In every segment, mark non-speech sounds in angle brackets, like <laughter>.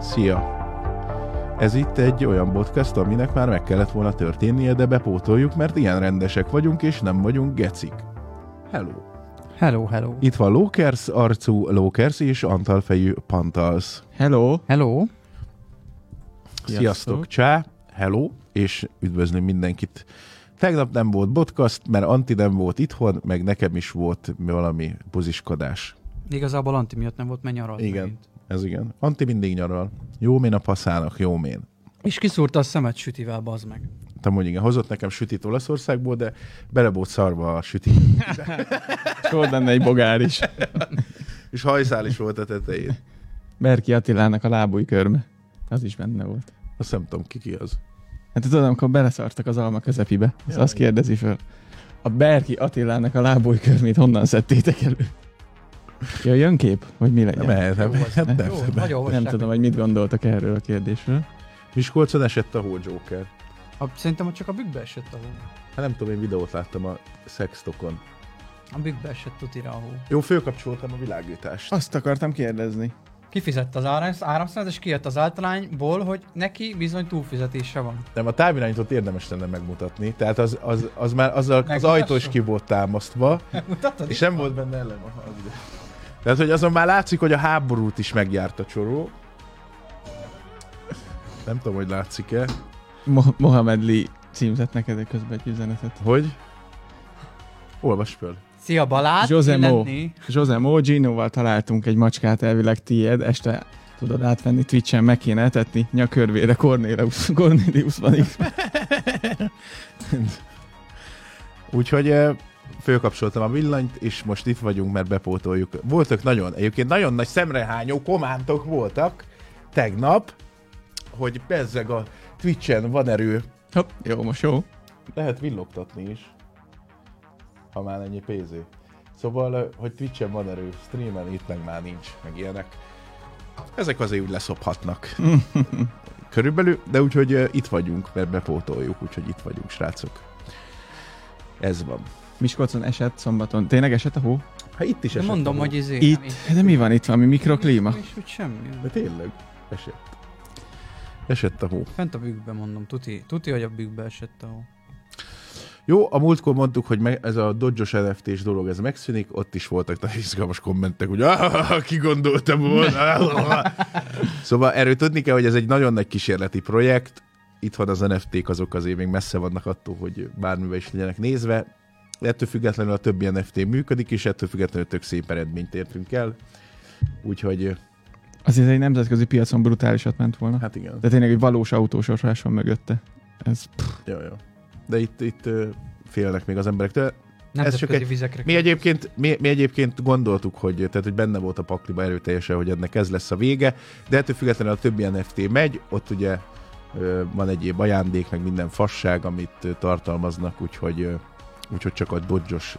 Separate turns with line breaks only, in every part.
Szia! Ez itt egy olyan podcast, aminek már meg kellett volna történnie, de bepótoljuk, mert ilyen rendesek vagyunk, és nem vagyunk gecik. Hello!
Hello, hello.
Itt van Lókers, arcú Lókers és Antalfejű Pantals.
Hello!
Hello.
Sziasztok. Sziasztok, csá, hello, és üdvözlöm mindenkit. Tegnap nem volt podcast, mert Anti nem volt itthon, meg nekem is volt valami buziskodás.
Igazából Anti miatt nem volt, mert nyaralt
Igen.
megint.
Ez igen. Anti mindig nyaral. Jó mén a paszának, jó mén.
És kiszúrta a szemet sütivel, bazd meg.
Te mondj, igen, hozott nekem sütit Olaszországból, de bele volt szarva a süti.
És volt benne egy bogár is.
És hajszál is volt a tetején.
Berki Attilának a lábúj körme. Az is benne volt.
Azt nem tudom, ki ki az.
Hát tudod, amikor beleszartak az alma közepibe, az
Ja,
azt
igen.
kérdezi föl. A Berki Attilának a lábúj körmét honnan szedtétek elő? Jöjjön kép? Vagy mi legyen?
Nem, nem, nem,
Jó, az-
nem, nem,
Jó,
nem.
nagyon olvassák.
Nem tudom, hogy mit gondoltak erről a kérdésről.
Miskolcon esett a Hall Joker.
A, szerintem ott csak a bükkbe esett a hó.
Hát nem tudom, én videót láttam a sextokon.
A bükkbe esett tutira a hó.
Jó, fölkapcsoltam a világítást.
Azt akartam kérdezni.
Kifizett az áram, áramszáz, és kijött az általányból, hogy neki bizony túlfizetése van. <laughs>
Nem, a távirányítót érdemes lenne megmutatni. Tehát az, az, az már azzal, az
Megmutassuk? Hát
ajtó is ki volt támasztva,
Mutatod?
és nem volt benne ellen a videó. Tehát, hogy azon már látszik, hogy a háborút is megjárt a csoró. Nem tudom, hogy látszik-e.
Mo- Mohamed Lee címzett neked közben egy üzenetet.
Hogy? Olvasd föl.
Szia Balázs,
José
ki
Mo.
lenni?
José Mo Ginoval találtunk egy macskát, elvileg tiéd, este tudod átvenni Twitch-en, meg kéne etetni, nyakörvére Cornelius, Cornelius van itt.
Úgyhogy eh, fölkapcsoltam a villanyt, és most itt vagyunk, mert bepótoljuk. Voltak nagyon, egyébként nagyon nagy szemrehányó komántok voltak tegnap, hogy bezzeg a Twitch-en van erő.
Hopp, jó, most jó.
Lehet villogtatni is, ha már ennyi pénzé. Szóval, eh, hogy Twitch-en van erő, streamen itt meg már nincs, meg ilyenek. Ezek azért úgy leszophatnak. <laughs> Körülbelül, de úgyhogy eh, itt vagyunk, mert bepótoljuk, úgyhogy itt vagyunk, srácok. Ez van.
Miskolcon esett szombaton. Tényleg esett a hó?
Hát itt is
De
esett
mondom,
a
hogy izé. nem
Itt? Hát
így.
De mi van itt? Valami mikroklíma?
És úgy semmi.
De tényleg, esett. Esett a hó.
Fent a bükkbe mondom, tuti, tuti, hogy a bükkbe esett a hó.
Jó, a múltkor mondtuk, hogy meg, ez a dodgyos NFT-s dolog, ez megszűnik, ott is voltak nagyon izgalmas kommentek, hogy "Ah, ki gondoltam volna. szóval erről tudni kell, hogy ez egy nagyon nagy kísérleti projekt, itthon az NFT-k azok azért még messze vannak attól, hogy bármivel is legyenek nézve, ettől függetlenül a többi NFT működik, és ettől függetlenül tök szép eredményt értünk el. Úgyhogy,
Azért egy nemzetközi piacon brutálisat ment volna.
hát igen.
De tényleg egy valós autósorás van mögötte. <laughs> Ez
Jó, jó. De itt, itt ö, félnek még az emberektől.
Nemzetközi
egy-
vizekre
Mi egyébként, mi, mi egyébként gondoltuk, hogy, tehát, hogy benne volt a pakliba erőteljesen, hogy ennek ez lesz a vége, de ettől függetlenül a többi NFT megy, ott ugye ö, van egyéb ajándék, meg minden fasság, amit ö, tartalmaznak, úgyhogy, ö, úgyhogy csak a dodzsos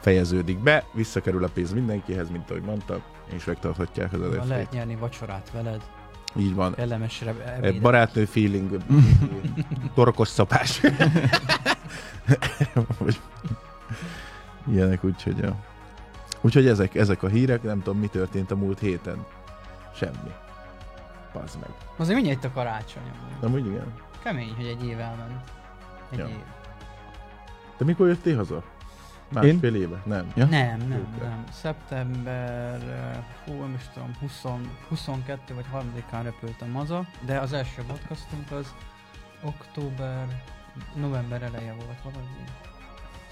fejeződik be, visszakerül a pénz mindenkihez, mint ahogy mondtam, és megtarthatják az
Ha
NFT-t.
lehet nyerni vacsorát veled,
Így van.
kellemesre
Ö,
ebédet.
Barátnő <laughs> feeling, torkos szapás. <laughs> Vagy Ilyenek, úgyhogy ja. Úgyhogy ezek, ezek a hírek, nem tudom, mi történt a múlt héten. Semmi. Pazd meg.
Azért mindjárt itt a karácsony. amúgy.
Na, úgy igen.
Kemény, hogy egy év elment. Egy
Ja.
év.
Te mikor jöttél haza? Másfél éve? Nem.
Ja.
Nem, nem,
Ők-
nem. Szeptember, eh, hú, nem is tudom, 20, 22 vagy 30-án repültem haza, de az első podcastunk az október, november eleje volt valahogy. így.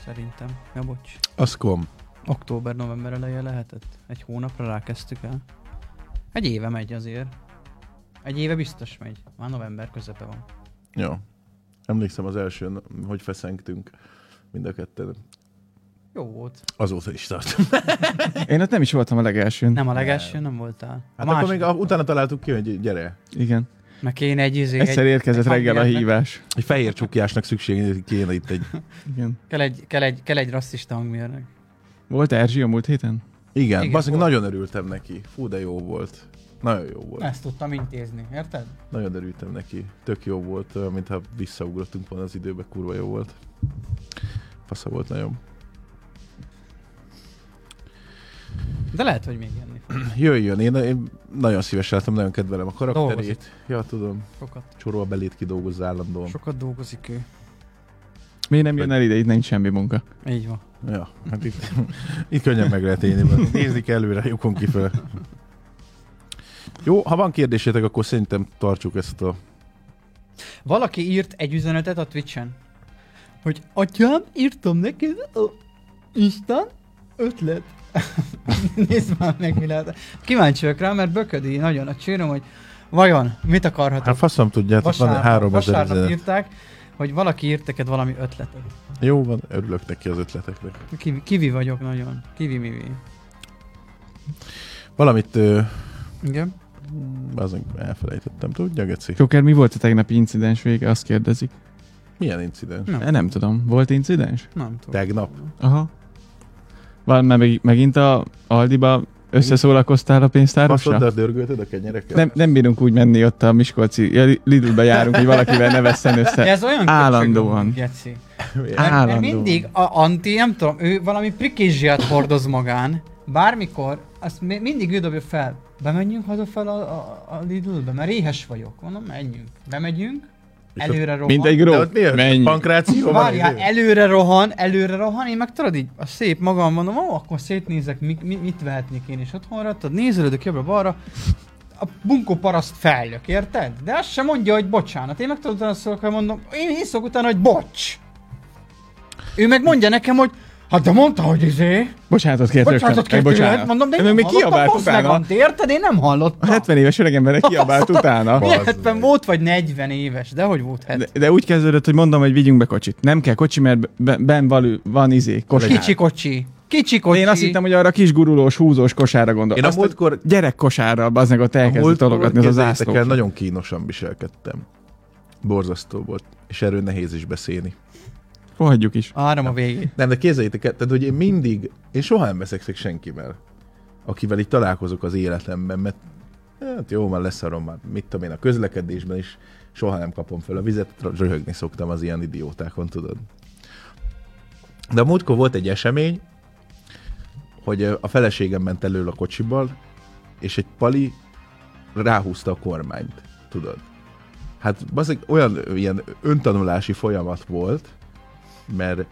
Szerintem. Ja, bocs.
Az kom.
Október, november eleje lehetett. Egy hónapra rákezdtük el. Egy éve megy azért. Egy éve biztos megy. Már november közepe van.
Jó. Emlékszem az elsőn, hogy feszengtünk mind a ketten.
Jó volt.
Azóta is tartom.
Én ott nem is voltam a legelsőn.
Nem a legelső, nem voltál.
Hát akkor még a,
második.
utána találtuk ki, hogy gyere.
Igen.
Meg kéne egy izé,
Egyszer
egy,
érkezett
egy
reggel a
hangjelnek.
hívás.
Egy fehér csukjásnak szükség kéne itt egy...
Igen.
kell egy, kell egy, kell egy rasszista hangmérnök.
Volt Erzsi a múlt héten?
Igen, Igen
Igen,
baszik,
volt.
nagyon örültem neki. Fú, de jó volt. Nagyon jó volt.
Ezt tudtam intézni, érted?
Nagyon örültem neki. Tök jó volt, ö, mintha visszaugrottunk volna az időbe, kurva jó volt. Fasza volt nagyon.
De lehet, hogy még jönni fog.
<clears throat> Jöjjön, én, én nagyon szívesen látom, nagyon kedvelem a karakterét.
Dolgozik.
Ja, tudom,
Sokat,
csoró a belét kidolgozza állandóan.
sokat dolgozik ő.
Miért nem jön el ide, itt nincs semmi munka.
Így van.
Ja, hát itt, <laughs> itt könnyen meg lehet élni. mert Nézni kell előre, lyukon kifele. Jó, ha van kérdésétek, akkor szerintem tartsuk ezt a...
Valaki írt egy üzenetet a Twitchen, hogy atyám, írtam neked a Instán ötlet. <laughs> Nézd már meg, mi lehet. Kíváncsi vagyok rá, mert böködi nagyon a csírom, hogy vajon mit
Hát
akarhatok.
faszom tudjátok, van három ezer
vasárnap
üzenet.
írták, hogy valaki írt neked valami ötletet.
Jó van, örülök neki az ötleteknek.
Kivi, kivi vagyok nagyon. Kivi mivi.
Valamit ö,
Igen.
azon elfelejtettem, tudja, Geci?
Joker, mi volt a tegnapi incidens vége? Azt kérdezik.
Milyen incidens?
Nem,
E, nem tudom. Volt incidens?
nem tudom.
Tegnap?
Aha. Van, mert meg, megint a Aldiba összeszólalkoztál a pénztárosra?
Faszoddal dörgöltöd a kenyereket?
Nem, nem bírunk úgy menni ott a Miskolci, ja, Lidlbe járunk, hogy valakivel ne vesszen
De
össze.
ez olyan
Állandóan.
köcsög, Geci. Mert, mert
Állandóan.
mindig a Anti, nem tudom, ő valami prikizsiát hordoz magán, bármikor, azt mi- mindig ő dobja fel. Bemenjünk hazafel a, a, a Lidlbe, mert éhes vagyok. Mondom, menjünk. Bemegyünk,
És
előre rohan.
Mindegy,
De
gró,
ott mi az?
menj.
Pankráció van?
Várjál, előre rohan, előre rohan, én meg tudod így, a szép magam mondom, ó, akkor szétnézek, mi, mi, mit vehetnék én is otthonra, tudod, nézelődök jobbra-balra, a bunkó paraszt fejlök, érted? De azt sem mondja, hogy bocsánat, én meg tudod utána szólok, hogy mondom, én hiszok utána, hogy bocs. Ő meg mondja nekem, hogy Hát de mondta, hogy izé,
Bocsánatot kért
bocsánatot
rögtön.
kért
Egy
tőled,
bocsánat.
mondom, de én nem
Meg még
hallottam,
kiabált
hozd meg,
utána. Hát
Antti, érted? Én nem
A
hallottam.
70 éves öregemberre kiabált utána.
Bazd meg.
70 volt, vagy 40 éves, de hogy volt 70?
De, de úgy kezdődött, hogy mondom, hogy vigyünk be kocsit. Nem kell kocsi, mert be- ben valő, van izé, kosár.
Kicsi kocsi. Kicsi kocsi.
Én azt hittem, hogy arra kis gurulós, húzós kosárra gondolok.
Én a
Azt a
múltkor
gyerek kosárral, az meg ott elkezdett
Múltkor,
tologatni az a
képzeljétek
zászló.
el, nagyon kínosan viselkedtem. Borzasztó volt. És erről nehéz is beszélni.
Hagyjuk is.
Áram a végét.
Nem, de képzeljétek el, tehát hogy én mindig, én soha nem veszekszek senkivel, akivel így találkozok az életemben, mert hát jó, már leszarom már, mit tudom én, a közlekedésben is soha nem kapom fel a vizet, röhögni szoktam az ilyen idiótákon, tudod. De a múltkor volt egy esemény, hogy ö, a feleségem ment elől a kocsiból, és egy pali ráhúzta a kormányt, tudod. Hát bazeg, olyan ö, ilyen öntanulási folyamat volt, mert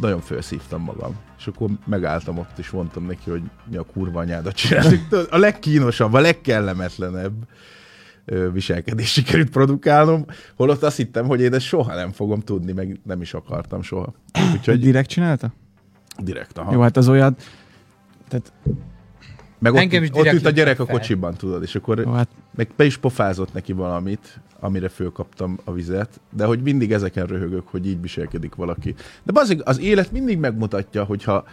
nagyon felszívtam magam. És akkor megálltam ott, és mondtam neki, hogy mi a kurva anyádat csináltuk. Tudod, A legkínosabb, a legkellemetlenebb ö, viselkedést sikerült produkálnom, holott azt hittem, hogy én ezt soha nem fogom tudni, meg nem is akartam soha.
Hogy
Úgyhogy
direkt csinálta?
direkt, aha.
Jó, hát az olyan... Tehát,
Meg ott,
Engem is
ott
direkt
ült a gyerek a
lőttek fel.
kocsiban, tudod, és akkor
jó, hát
meg be is pofázott neki valamit, amire fölkaptam a vizet, de hogy mindig ezeken röhögök, hogy így viselkedik valaki. De bazig, az élet mindig megmutatja, hogyha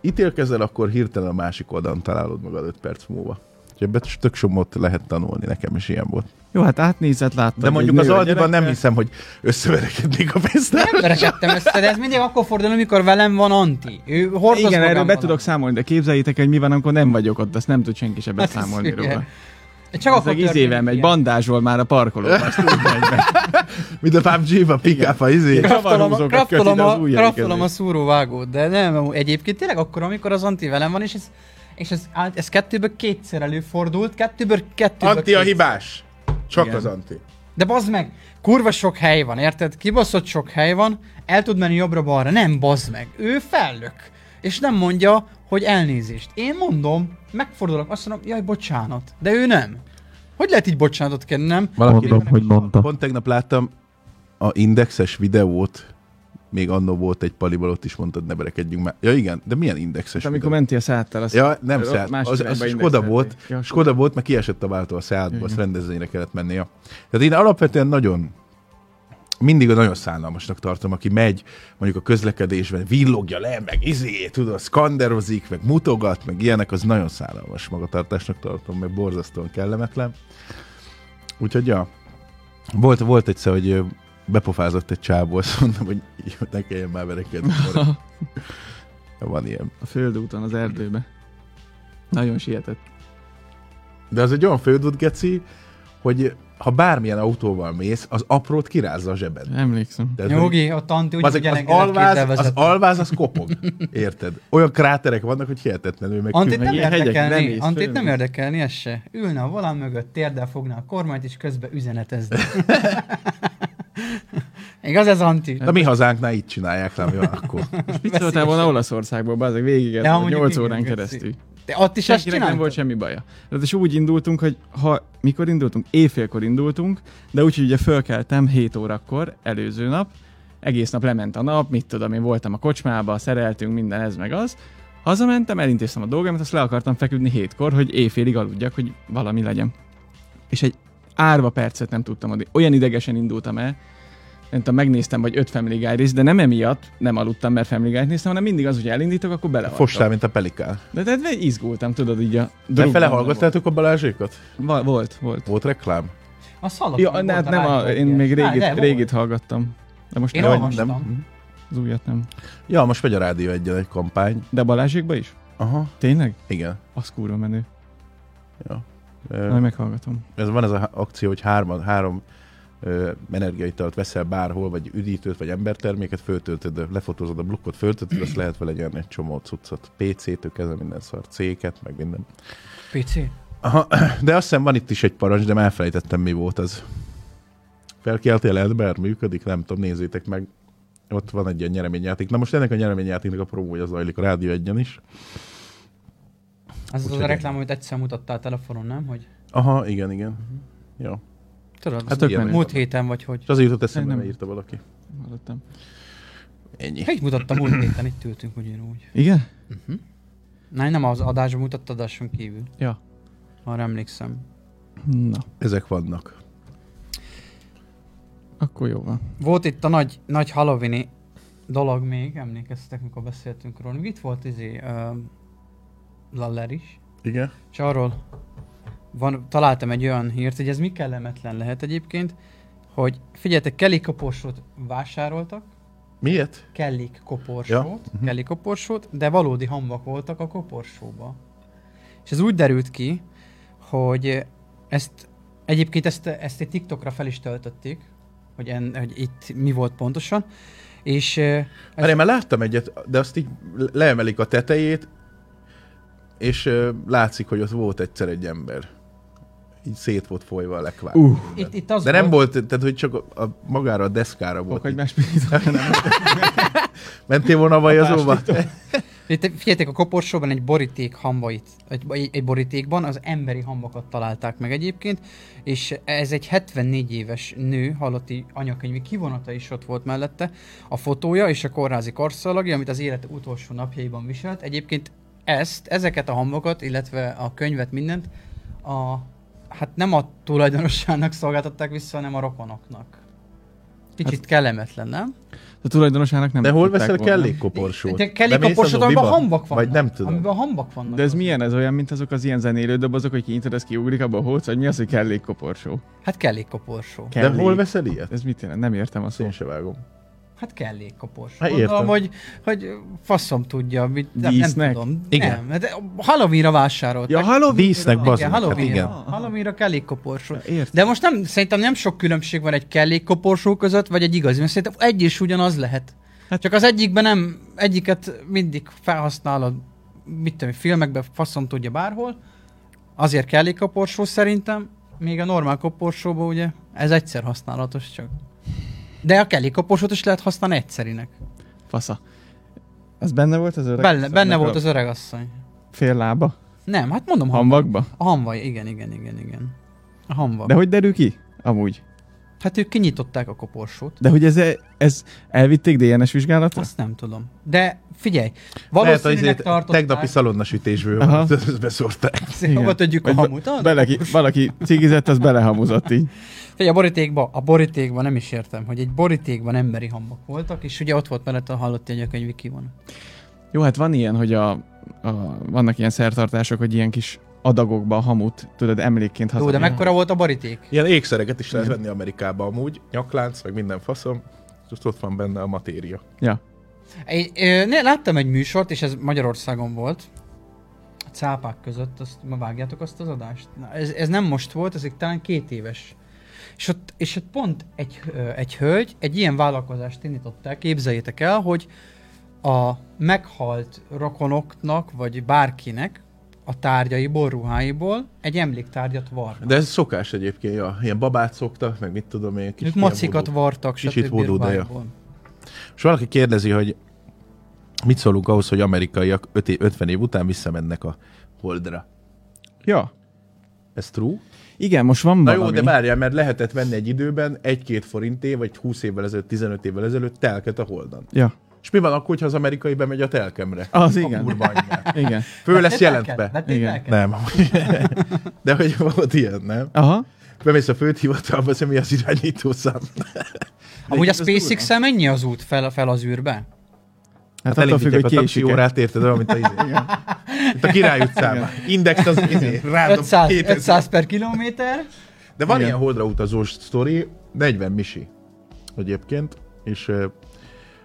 ítélkezel, akkor hirtelen a másik oldalon találod magad 5 perc múlva. Úgyhogy Ebből tök somot lehet tanulni, nekem is ilyen volt.
jó, hát átnézett, látta.
De
hogy
mondjuk
egy
az
nő a
Aldiban nem
gyerekkel.
hiszem, hogy összeverekednék a pénztár.
Nem verekedtem össze, de ez mindig akkor fordul, amikor velem van Anti. Ő hordoz
Igen, erről be
magamban.
tudok számolni, de képzeljétek, el, hogy mi van, amikor nem vagyok ott, azt nem tud senki se
Hát ez
beszámolni
igen.
róla.
Csak
Az meg izével megy, bandázsol már a parkolóban.
<laughs>
azt úgy megy meg.
Mint a PUBG-ba, pick-up, a izé.
Kraftolom, a-
Kavarúzókat
kraftolom,
köti, de az
a,
ujjaikat
kraftolom a szóróvágót, de nem, egyébként tényleg akkor, amikor az Anti velem van, és ez, és ez, á- ez kettőből kétszer előfordult, kettőből kettőből
Anti a
kétszer.
hibás. Csak
Igen.
az Anti.
De bazd meg, kurva sok hely van, érted? Kibaszott sok hely van, el tud menni jobbra-balra. Nem, bazd meg, ő fellök. És nem mondja, hogy elnézést. Én mondom, megfordulok, azt mondom, jaj, bocsánat. De ő nem. Hogy lehet így bocsánatot kérni, nem?
Mondom, hogy mondta.
Pont tegnap láttam a indexes videót, még annó volt egy paliból, ott is mondtad, ne berekedjünk már. Ja igen, de milyen indexes
És Hát amikor
videó?
mentél száttal, azt
Ja, nem
Ö,
szállt.
másik
Az, az
irányba
Skoda
indexelték.
volt,
Ja,
Skoda volt, mert kiesett a váltó a Seatba, azt rendezvényre kellett mennie. Tehát én alapvetően nagyon mindig nagyon szánalmasnak tartom, aki megy mondjuk a közlekedésben, villogja le, meg izé, tudod, skanderozik, meg mutogat, meg ilyenek, az nagyon szánalmas magatartásnak tartom, meg borzasztóan kellemetlen. Úgyhogy ja, volt, volt egyszer, hogy ö, bepofázott egy csából, azt mondom, hogy jó, ne kelljen már verekedni.
<laughs>
Marad. Van ilyen.
a földúton, az erdőbe. Nagyon sietett.
De az egy olyan fődút, Geci, hogy ha bármilyen autóval mész, az aprót kirázza a zsebed.
Emlékszem.
Tehát, hogy-
Nyugi, ott Anti úgy
Bazeg, az,
ugyanengedett kézzel
alváz, az
vezet.
alváz, az kopog. Érted? Olyan kráterek vannak, hogy hihetetlenül meg
Antit
kül-
nem
meg ilyen hegyek, nem
érdekelni,
mész,
Antit
fölmész.
nem érdekelni, ez se. Ülne a volán mögött, térdel fogná a kormányt, és közben
<laughs>
üzenetezni. Igaz ez,
Hát,
Anti?
Na mi hazánknál így csinálják, nem jó,
<laughs>
akkor.
Mit szóltál volna Olaszországból, bazeg, végig
Ja,
ez
mondjuk
8
igen,
órán
Göci.
keresztül.
Te ott is ezt
Senkinek nem volt
csináltad?
semmi baja. Tehát és úgy indultunk, hogy ha, mikor indultunk? Éjfélkor indultunk, de úgy, hogy ugye fölkeltem 7 órakor előző nap, egész nap lement a nap, mit tudom, én voltam a kocsmába, szereltünk, minden ez meg az. Hazamentem, elintéztem a dolgaimat, azt le akartam feküdni hétkor, hogy éjfélig aludjak, hogy valami legyen. És egy árva percet nem tudtam adni. Olyan idegesen indultam el, nem tudom, megnéztem vagy öt Family Guy részt, de nem emiatt nem aludtam, mert Family Guy-t néztem, hanem mindig az, hogy elindítok, akkor bele.
Fostál, mint a pelikán.
De tehát izgultam, tudod, így a
De fele
drogban
hallgattátok a Balázsékat?
Va- volt, volt.
Volt reklám?
A szalagban
Ja, ne, hát
volt
nem, a,
rádió
én
ilyen.
még
Á,
régit,
de volt.
régit hallgattam. De most
Én
nem,
olvastam.
az újat nem.
Ja, most megy a rádió egyen egy kampány.
De Balázsékba is?
Aha,
Tényleg?
igen.
Az kurva menő.
Ö,
Majd meghallgatom.
Ez van ez az akció, hogy hárman, három ö, energiaitalt veszel bárhol, vagy üdítőt, vagy emberterméket, föltöltöd, lefotózod a blokkot, föltöltöd, azt lehet vele nyerni egy csomó cuccot. PC-től kezdve minden szar, C-ket, meg minden.
Pici.
Aha, <clears throat> de azt hiszem van itt is egy parancs, de már elfelejtettem mi volt az. Felkeltél ember, működik, nem tudom, nézzétek meg. Ott van egy ilyen nyereményjáték. Na most ennek a nyereményjátéknak a promója zajlik a Rádió egyen is.
Az az
Úgyhogy
a
ennyi.
reklám, amit egyszer mutattál a telefonon, nem? Hogy
Aha, igen, igen. Jó.
tudod,
Hát
hát
tök
ilyen
menő.
ez.
múlt héten vagy hogy.
És azért jutott eszembe,
Nem.
nem írta valaki.
Hallottam.
Ennyi.
Hogy mutatta múlt héten, itt ültünk ugyanúgy.
Igen?
Na, nem az adásban mutatta, adáson kívül.
Ja.
Arra emlékszem.
Na,
Ezek vannak.
akkor jó van.
Volt itt a nagy, nagy hallovini dolog még, emlékeztek, mikor beszéltünk róla. Itt volt izé, uh, Laller is,
Igen.
és arról van, találtam egy olyan hírt, hogy ez mi kellemetlen lehet egyébként, hogy figyeljetek, Kelly koporsót vásároltak,
Miért?
kellik koporsót,
Ja,
ja. uh-huh. kellik koporsót, de valódi hamvak voltak a koporsóba. És ez úgy derült ki, hogy ezt egyébként ezt, ezt egy TikTokra fel is töltötték, hogy, en, hogy itt mi volt pontosan, és eh,
Hát én már láttam egyet, de azt így le- leemelik a tetejét, és ö, látszik, hogy ott volt egyszer egy ember. Így szét volt folyva a lekvár.
Uh.
itt, itt az
De nem
volt,
volt, tehát hogy csak a, a magára a deszkára volt.
Fok, hogy
így.
más pirítanak.
Mentél volna
<laughs>
a vajazóba?
Itt, figyeljétek, a koporsóban egy boríték hambait, egy, egy- egy borítékban az emberi hambakat találták meg egyébként, és ez egy 74 éves nő, halotti anyakönyvi kivonata is ott volt mellette, a fotója és a kórházi karszalagja, amit az élet utolsó napjaiban viselt. Egyébként ezt, ezeket a hambakat, illetve a könyvet, mindent, a, hát nem a tulajdonossának szolgáltatták vissza, hanem a rokonoknak. Kicsit hát, kellemetlen, nem?
A tulajdonosának nem
De hol
tudták
veszel
volna.
kellék koporsót?
De kellik a
Bemész
porsot,
az
amiben
Obiba?
hambak vannak.
Vagy nem tudom.
Amiben hambak vannak.
De ez
azok.
milyen? Ez olyan, mint azok az ilyen zenélő dobozok, hogy kinyitod, ez kiugrik abba a hóc, vagy mi az, hogy kellék koporsó?
Hát kellékkoporsó.
De
Kellék.
hol veszel ilyet?
Ez mit jelent? Nem értem a
Ezt én
szót.
se vágom.
Hát kellékkoporsó.
Hát
Hát Gondolom,
értem.
hogy, hogy faszom tudja, mit, nem, nem
Dísznek?
tudom.
Igen.
Nem, de Halloweenra vásároltak.
Ja, halló!
Dísznek,
Hát, igen,
bazd meg, hát
Halloweenra.
igen.
Hát Halloweenra kellékkoporsó.
Értem.
De most nem, szerintem nem sok különbség van egy kellékkoporsó között, vagy egy igazi, mert szerintem egy is ugyanaz lehet.
Hát-
Hát csak az egyikben nem, egyiket mindig felhasználod, mit tudom, én, filmekben, faszom tudja bárhol. Azért kellékkoporsó szerintem, még a normál koporsóban ugye, ez egyszer használatos csak. De a kellékkoporsót is lehet használni egyszerinek.
Fasza. Az benne volt az öreg?
Benne, benne volt
az...
az öregasszony.
Fél lába?
Nem, hát mondom, ham-
Hamvakba?
a hamvaj, igen, igen, igen, igen. A hamva.
De
De...
hogy derül ki? Amúgy.
Hát ők kinyitották a koporsót.
De hogy ez, ez elvitték DNS vizsgálatra?
Azt nem tudom. De figyelj,
Lehet, hogy
valószínűleg
ezért
tartották.
tegnapi szalonnasütésből <laughs>
Aha.
van, ezt beszórták.
Hova tegyük a
Vagy be-
hamut? Ah,
Beleki, valaki cigizett, az belehamuzott így.
Figyelj, a borítékba, a borítékban nem is értem, hogy egy borítékban emberi hambak voltak, és ugye ott volt mellett a hallott egy könyvi kivon.
Jó, hát van ilyen, hogy a, a, vannak ilyen szertartások, hogy ilyen kis adagokba a hamut, tudod, emlékként
Jó, de
hazadják.
mekkora volt a boríték?
Ilyen ékszereket is lehet venni Amerikába amúgy, nyaklánc, meg minden faszom, és ott van benne a matéria.
Ja.
É, ö, né- Láttam egy műsort, és ez Magyarországon volt, a cápák között, azt ma vágjátok azt az adást? Na, ez, ez nem most volt, ez egy talán két éves. És ott, és ott pont egy, ö, egy hölgy egy ilyen vállalkozást indított el, képzeljétek el, hogy a meghalt rokonoknak, vagy bárkinek a tárgyaiból, ruháiból egy emléktárgyat varnak.
De ez szokás egyébként, ja. Ilyen babát szoktak, meg mit tudom én.
Ők
Kicsit ilyen
macikat
vodó.
vartak,
kicsit
stb.
vodó, de ja.
ruháiból.
És valaki kérdezi, hogy mit szólunk ahhoz, hogy amerikaiak öt é- 50 év után visszamennek a holdra.
Ja.
Ez true?
Igen, most van
Na
valami.
jó, de várjál, mert lehetett venni egy időben egy-két forinté, vagy 20 évvel ezelőtt, 15 évvel ezelőtt telket a holdon.
Ja,
És mi van akkor, ha az amerikai bemegy a telkemre?
Az
a
igen.
kurva <laughs> anyját.
igen.
Föl lesz
Tételked? Ne
jelentve.
tételked?
Nem. De hogy volt ilyen, nem?
Aha. Hát
Bemész a főhivatalba, semmi az irányító szám.
Hát
Amúgy a
az durva.
SpaceX-el mennyi az út fel, fel az űrbe?
Hát, hát attól függ, hogy
késik.
késik
órát érted, olyan, mint a izé. Mint a Király utcában. Index az izé, rádom
500,
2000.
500 per kilométer.
De van
Igen.
ilyen holdra utazós sztori, 40 misi egyébként, és ö,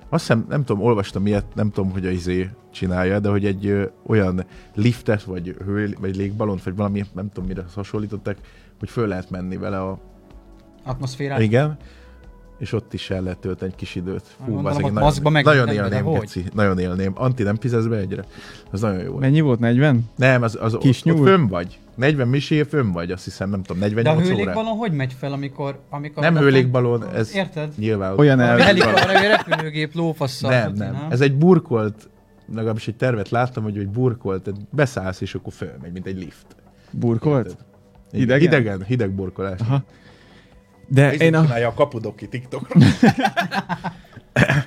azt hiszem, nem tudom, olvastam ilyet, nem tudom, hogy a izé csinálja, de hogy egy ö, olyan liftet, vagy, hő, vagy légballont, vagy valami, nem tudom, mire hasonlították, hogy föl lehet menni vele a...
Atmoszféra.
Igen. És ott is el lehet tölteni egy kis időt.
Gondolom,
bazeg,
ott
nagyon,
maszkba meg
nagyon
nem, de
élném,
hogy?
Geci, nagyon élném. Anti, nem fizetsz be egyre? Az nagyon jó.
Mennyi volt? 40?
Nem, az, az
Kis
ott, ott
nyúl?
fönn vagy. 40 misél fönn vagy, azt hiszem, nem tudom,
De a
48 órán.
hőlékbalon hogy megy fel, amikor... amikor
Nem
tehát-
hőlékbalon, ez
Érted?
nyilván...
Olyan
A
elv.
helikopter, egy repülőgép lófasszal.
Nem,
tudni,
nem. Ez egy burkolt, legalábbis egy tervet láttam, hogy egy burkolt, tehát beszállsz és akkor fölmegy, mint egy lift.
Burkolt?
Érted?
Idegen?
Idegen, hideg burkolás.
Aha. De
Én
én a,
csinálja a kapudoki TikTokra.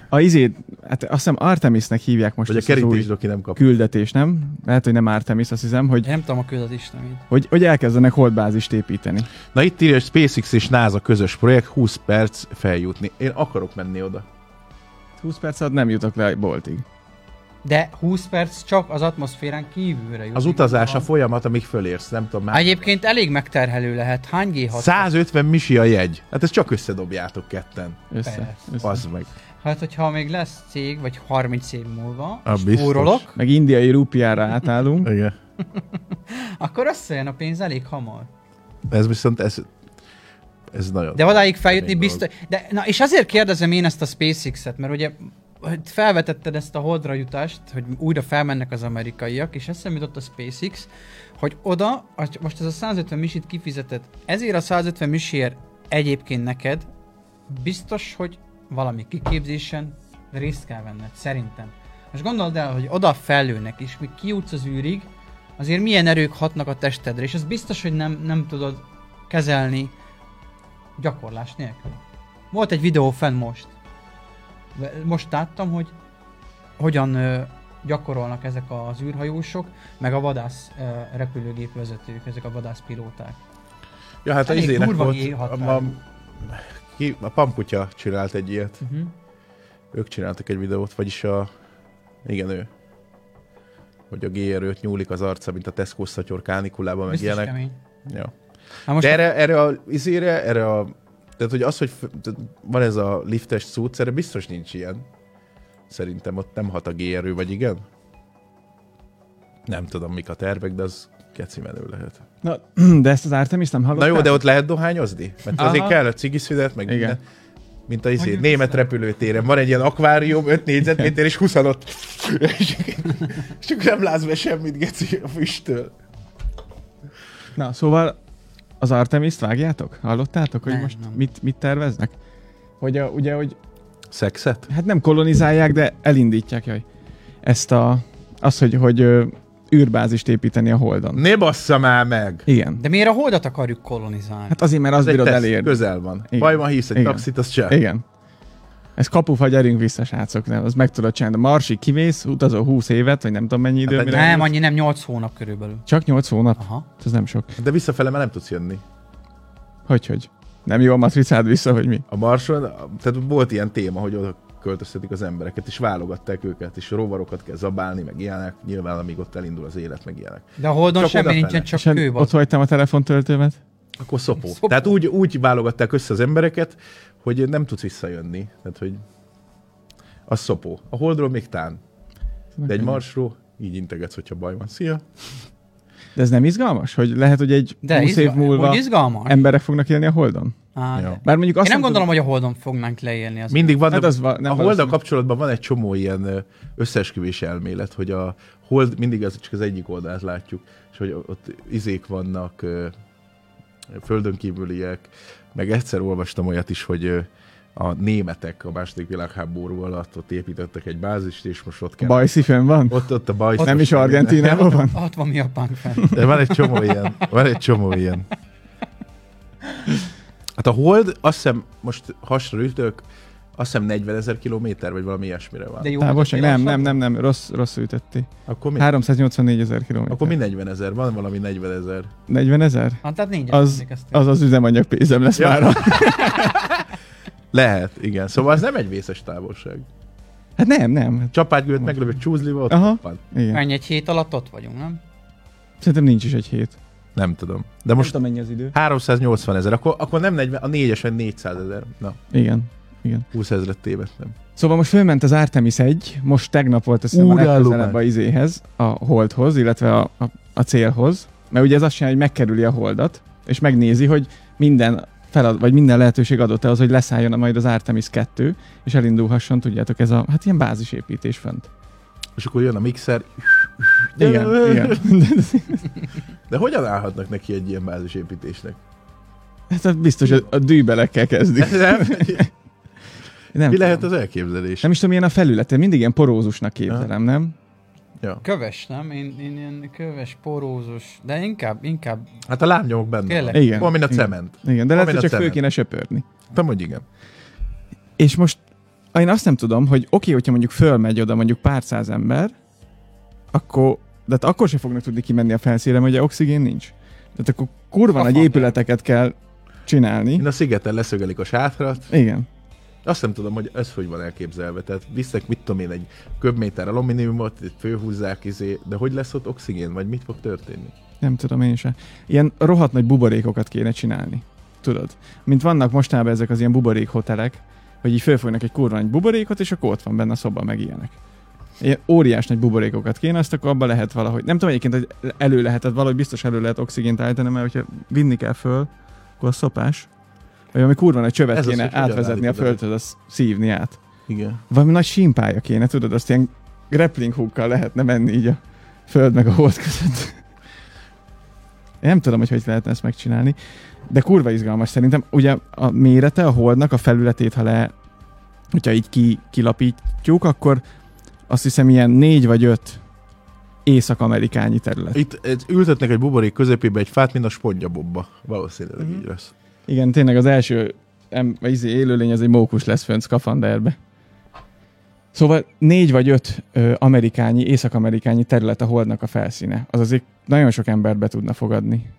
a izét, hát azt hiszem Artemisnek hívják most
Vagy a
ezt az új
kerítésdoki nem kap.
küldetés, nem? Lehet, hogy nem Artemis, azt hiszem, hogy,
Én nem tudom a között is, nem így.
hogy, hogy elkezdenek holdbázist építeni.
Na itt írja, hogy SpaceX és NASA közös projekt, 20 perc feljutni. Én akarok menni oda.
20 perc alatt nem jutok le a boltig.
De 20 perc csak az atmoszférán kívülre jut.
Az utazás a folyamat, amíg fölérsz, nem tudom már.
Egyébként elég megterhelő lehet. Hány G6?
150 misi a jegy. Hát ezt csak összedobjátok ketten.
Össze.
Persze.
össze.
Az meg.
Hát, hogyha még lesz cég, vagy 30 év múlva,
Ah,
és
biztos.
spórolok,
Meg indiai rupiára
<laughs>
átállunk.
Igen.
akkor összejön a pénz elég hamar.
Ez viszont, ez, ez nagyon...
De odáig feljutni
kemény dolog.
biztos... De, na, és azért kérdezem én ezt a SpaceX-et, mert ugye hogy felvetetted ezt a holdra jutást, hogy újra felmennek az amerikaiak, és eszembe jutott a SpaceX, hogy oda, az- most ez a 150 misit kifizetett, ezért a 150 misiért egyébként neked biztos, hogy valami kiképzésen részt kell venned, szerintem. Most gondold el, hogy oda fellőnek, és még kijutsz az űrig, azért milyen erők hatnak a testedre, és ez biztos, hogy nem, nem tudod kezelni gyakorlás nélkül. Volt egy videó fenn most. Ve- Most láttam, hogy hogyan ö, gyakorolnak ezek az űrhajósok, meg a vadász ö, repülőgép vezetők, ezek a vadászpilóták.
Ja, hát a
Elég
izének
durva
volt,
G60.
a, a, ki, a Pamputya csinált egy ilyet.
Uh-huh.
Ők csináltak egy videót, vagyis a... Igen, ő. Hogy a gr -t nyúlik az arca, mint a Tesco szatyor kánikulában, meg
Biztos
ilyenek.
kemény.
Ja.
Hát most
De erre, erre a izére, erre a... Tehát, hogy az, hogy f- tehát van ez a liftes cucc, erre biztos nincs ilyen. Szerintem ott nem hat a GR, vagy igen? Nem tudom, mik a tervek, de az keci menő lehet.
Na, de ezt az Artemis nem
Na
hallottál?
jó, de ott lehet dohányozni? Mert
Aha.
azért kell a cigiszünet, meg
Igen.
minden. Mint a izé,
Mondjuk
német repülőtéren. Van egy ilyen akvárium, 5 négyzetméter és 20 ott. És <laughs> csak nem látsz be semmit, geci, a füsttől.
Na, szóval az Artemis-t vágjátok? Hallottátok, hogy
Nem,
most
nem.
Mit, mit terveznek? Hogy a, ugye, hogy
Szexet?
hát nem kolonizálják, de elindítják, jaj, ezt a, az, hogy, hogy ö, űrbázist építeni a Holdon.
Ne bassza már meg!
Igen.
De miért a holdat akarjuk kolonizálni? Hát,
Hát azért, mert
Ez
azt
egy
bírod
teszt,
elérni.
közel van.
Igen.
Baj van, hívsz egy
Igen.
taxit, az csak.
Igen. Ez kapufa, gyerünk vissza, srácok, nem, az meg tudod csinálni. A Marsi kimész, utazol 20 évet, vagy nem tudom mennyi idő.
Hát
mire
nem,
eljuss.
annyi nem, 8 hónap körülbelül.
Csak 8 hónap, Hát
Aha.
ez nem sok.
De visszafele már nem tudsz jönni.
Hogy, hogy? Nem jó a matricád vissza, vagy mi?
A Marson, tehát volt ilyen téma, hogy oda költöztetik az embereket, és válogatták őket, és rovarokat kell zabálni, meg ilyenek, nyilván amíg ott elindul az élet, meg ilyenek.
De a holdon
Csak
csak semmi
odafele.
nincsen, csak
És hát
kő van.
ott hagytam a telefontöltőmet.
Akkor szopó. szopó.
Szopó.
Tehát úgy, úgy válogatták össze az embereket, hogy nem tudsz visszajönni. Tehát, hogy az szopó. A holdról még tán. De egy marsról így integetsz, hogyha baj van. Szia!
De ez nem izgalmas? Hogy lehet, hogy egy
De
20 év
izga-
múlva
úgy izgalmas.
emberek fognak élni a Holdon?
Á,
Jó.
de.
Bár mondjuk
Én
azt
nem gondolom, hogy a holdon fognánk leélni az.
Mindig van,
Hát az va- nem
a holddal
valószínű.
kapcsolatban van egy csomó ilyen ö, összeesküvés elmélet, hogy a hold mindig az, csak az egyik oldalát látjuk, és hogy ott izék vannak, ö, földön kívüliek, meg egyszer olvastam olyat is, hogy ö, a németek a második világháború alatt ott építettek egy bázist, és most ott
A
kell.
Bajszi fönn van?
Ott, ott a baj.
Ott nem is Argentinában van?
Ott van mi a punk fel.
De van egy csomó ilyen. Van egy csomó ilyen. Hát a hold, azt hiszem, most hasra ütök, azt hiszem 40 ezer kilométer, vagy valami ilyesmire van.
De <laughs> jó.
Távolság? Nem, nem, nem, nem, rossz, rosszul ütötti.
Akkor mi?
384 ezer kilométer.
Akkor mi 40 ezer? Van valami 40 ezer.
40 ezer?
Hát tehát négy
Az- Az az üzemanyag pénzem lesz
Ja.
már. a-
Lehet, igen. Szóval az nem egy vészes távolság.
Hát nem, nem. Hát,
Csapátgőt meglövő csúzlival ott
Aha.
van.
Igen.
Mennyi egy hét alatt ott vagyunk, nem?
Szerintem nincs is egy hét.
Nem tudom. De most
tudom, mennyi az idő.
380 ezer, akkor, akkor nem 40, a négyesen 400 ezer. Na,
Igen. Igen.
20 ezeret tévedtem.
Szóval most fölment az Artemis 1, most tegnap volt a szem a
Urállomás.
legközelebb a izéhez, a holdhoz, illetve a, a, a célhoz, mert ugye ez azt jelenti, hogy megkerüli a holdat, és megnézi, hogy minden felad, vagy minden lehetőség adott e az, hogy leszálljon a- majd az Artemis 2, és elindulhasson, tudjátok, ez a, hát ilyen bázisépítés fönt.
És akkor jön a mixer.
Igen,
<laughs>
igen.
De hogyan állhatnak neki egy ilyen
<laughs>
bázisépítésnek?
Hát az biztos a, a dűbelekkel
<laughs>
kezdik.
Nem?
Nem,
Mi
tudom.
lehet az elképzelés?
nem is tudom, ilyen a felülete, mindig ilyen porózusnak képzelem, nem?
Ja.
Köves, nem? Én, én ilyen köves, porózus, de inkább, inkább
Hát a lábnyomok benne
Tényleg?
van.
Igen.
Olyan, mint a
Igen.
cement.
Igen, de lehet,
Amin
hogy
a
csak föl
cement.
kéne söpörni.
Tudom, hogy igen.
És most ah, én azt nem tudom, hogy oké, okay, hogyha mondjuk fölmegy oda mondjuk pár száz ember, akkor, de hát akkor sem fognak tudni kimenni a felszínre, mert ugye oxigén nincs. Tehát akkor kurva
A
nagy
fander.
épületeket kell csinálni.
Én a szigeten leszögelik a sátrat.
Igen.
Azt nem tudom, hogy ez hogy van elképzelve. Tehát visznek, mit tudom én, egy köbméter alumíniumot, itt főhúzzák, izé, de hogy lesz ott oxigén, vagy mit fog történni?
Nem tudom én sem. Ilyen rohadt nagy buborékokat kéne csinálni. Tudod? Mint vannak mostanában ezek az ilyen buborék hotelek, hogy így fölfognak egy kurva nagy buborékot, és akkor ott van benne a szoba, meg ilyenek. Ilyen óriás nagy buborékokat kéne, azt akkor abba lehet valahogy. Nem tudom egyébként, hogy elő lehet, tehát valahogy biztos elő lehet oxigént állítani, mert hogyha vinni kell föl, akkor a szopás. Vagy ami kurva nagy csövet
Ez
Ez
az,
kéne
hogy
az,
hogyan
átvezetni a
állítod
földhöz, azt szívni át.
Igen.
Valami nagy simpája kéne, tudod, azt ilyen grappling hookkal lehetne menni így a föld meg a hold között. Én nem tudom, hogy hogy lehetne ezt megcsinálni, de kurva izgalmas szerintem. Ugye a mérete a holdnak, a felületét, ha le, hogyha így ki, kilapítjuk, akkor azt hiszem ilyen négy vagy öt észak-amerikányi terület.
Itt ez, ültetnek egy buborék közepébe egy fát, mint a spongyabobba. Valószínűleg
Mhm.
így lesz.
Igen, tényleg az első em, vagy izé, élőlény az egy mókus lesz fönt szkafanderbe. Szóval négy vagy öt ö, amerikányi, észak-amerikányi terület a holdnak a felszíne. Az azért nagyon sok embert be tudna fogadni.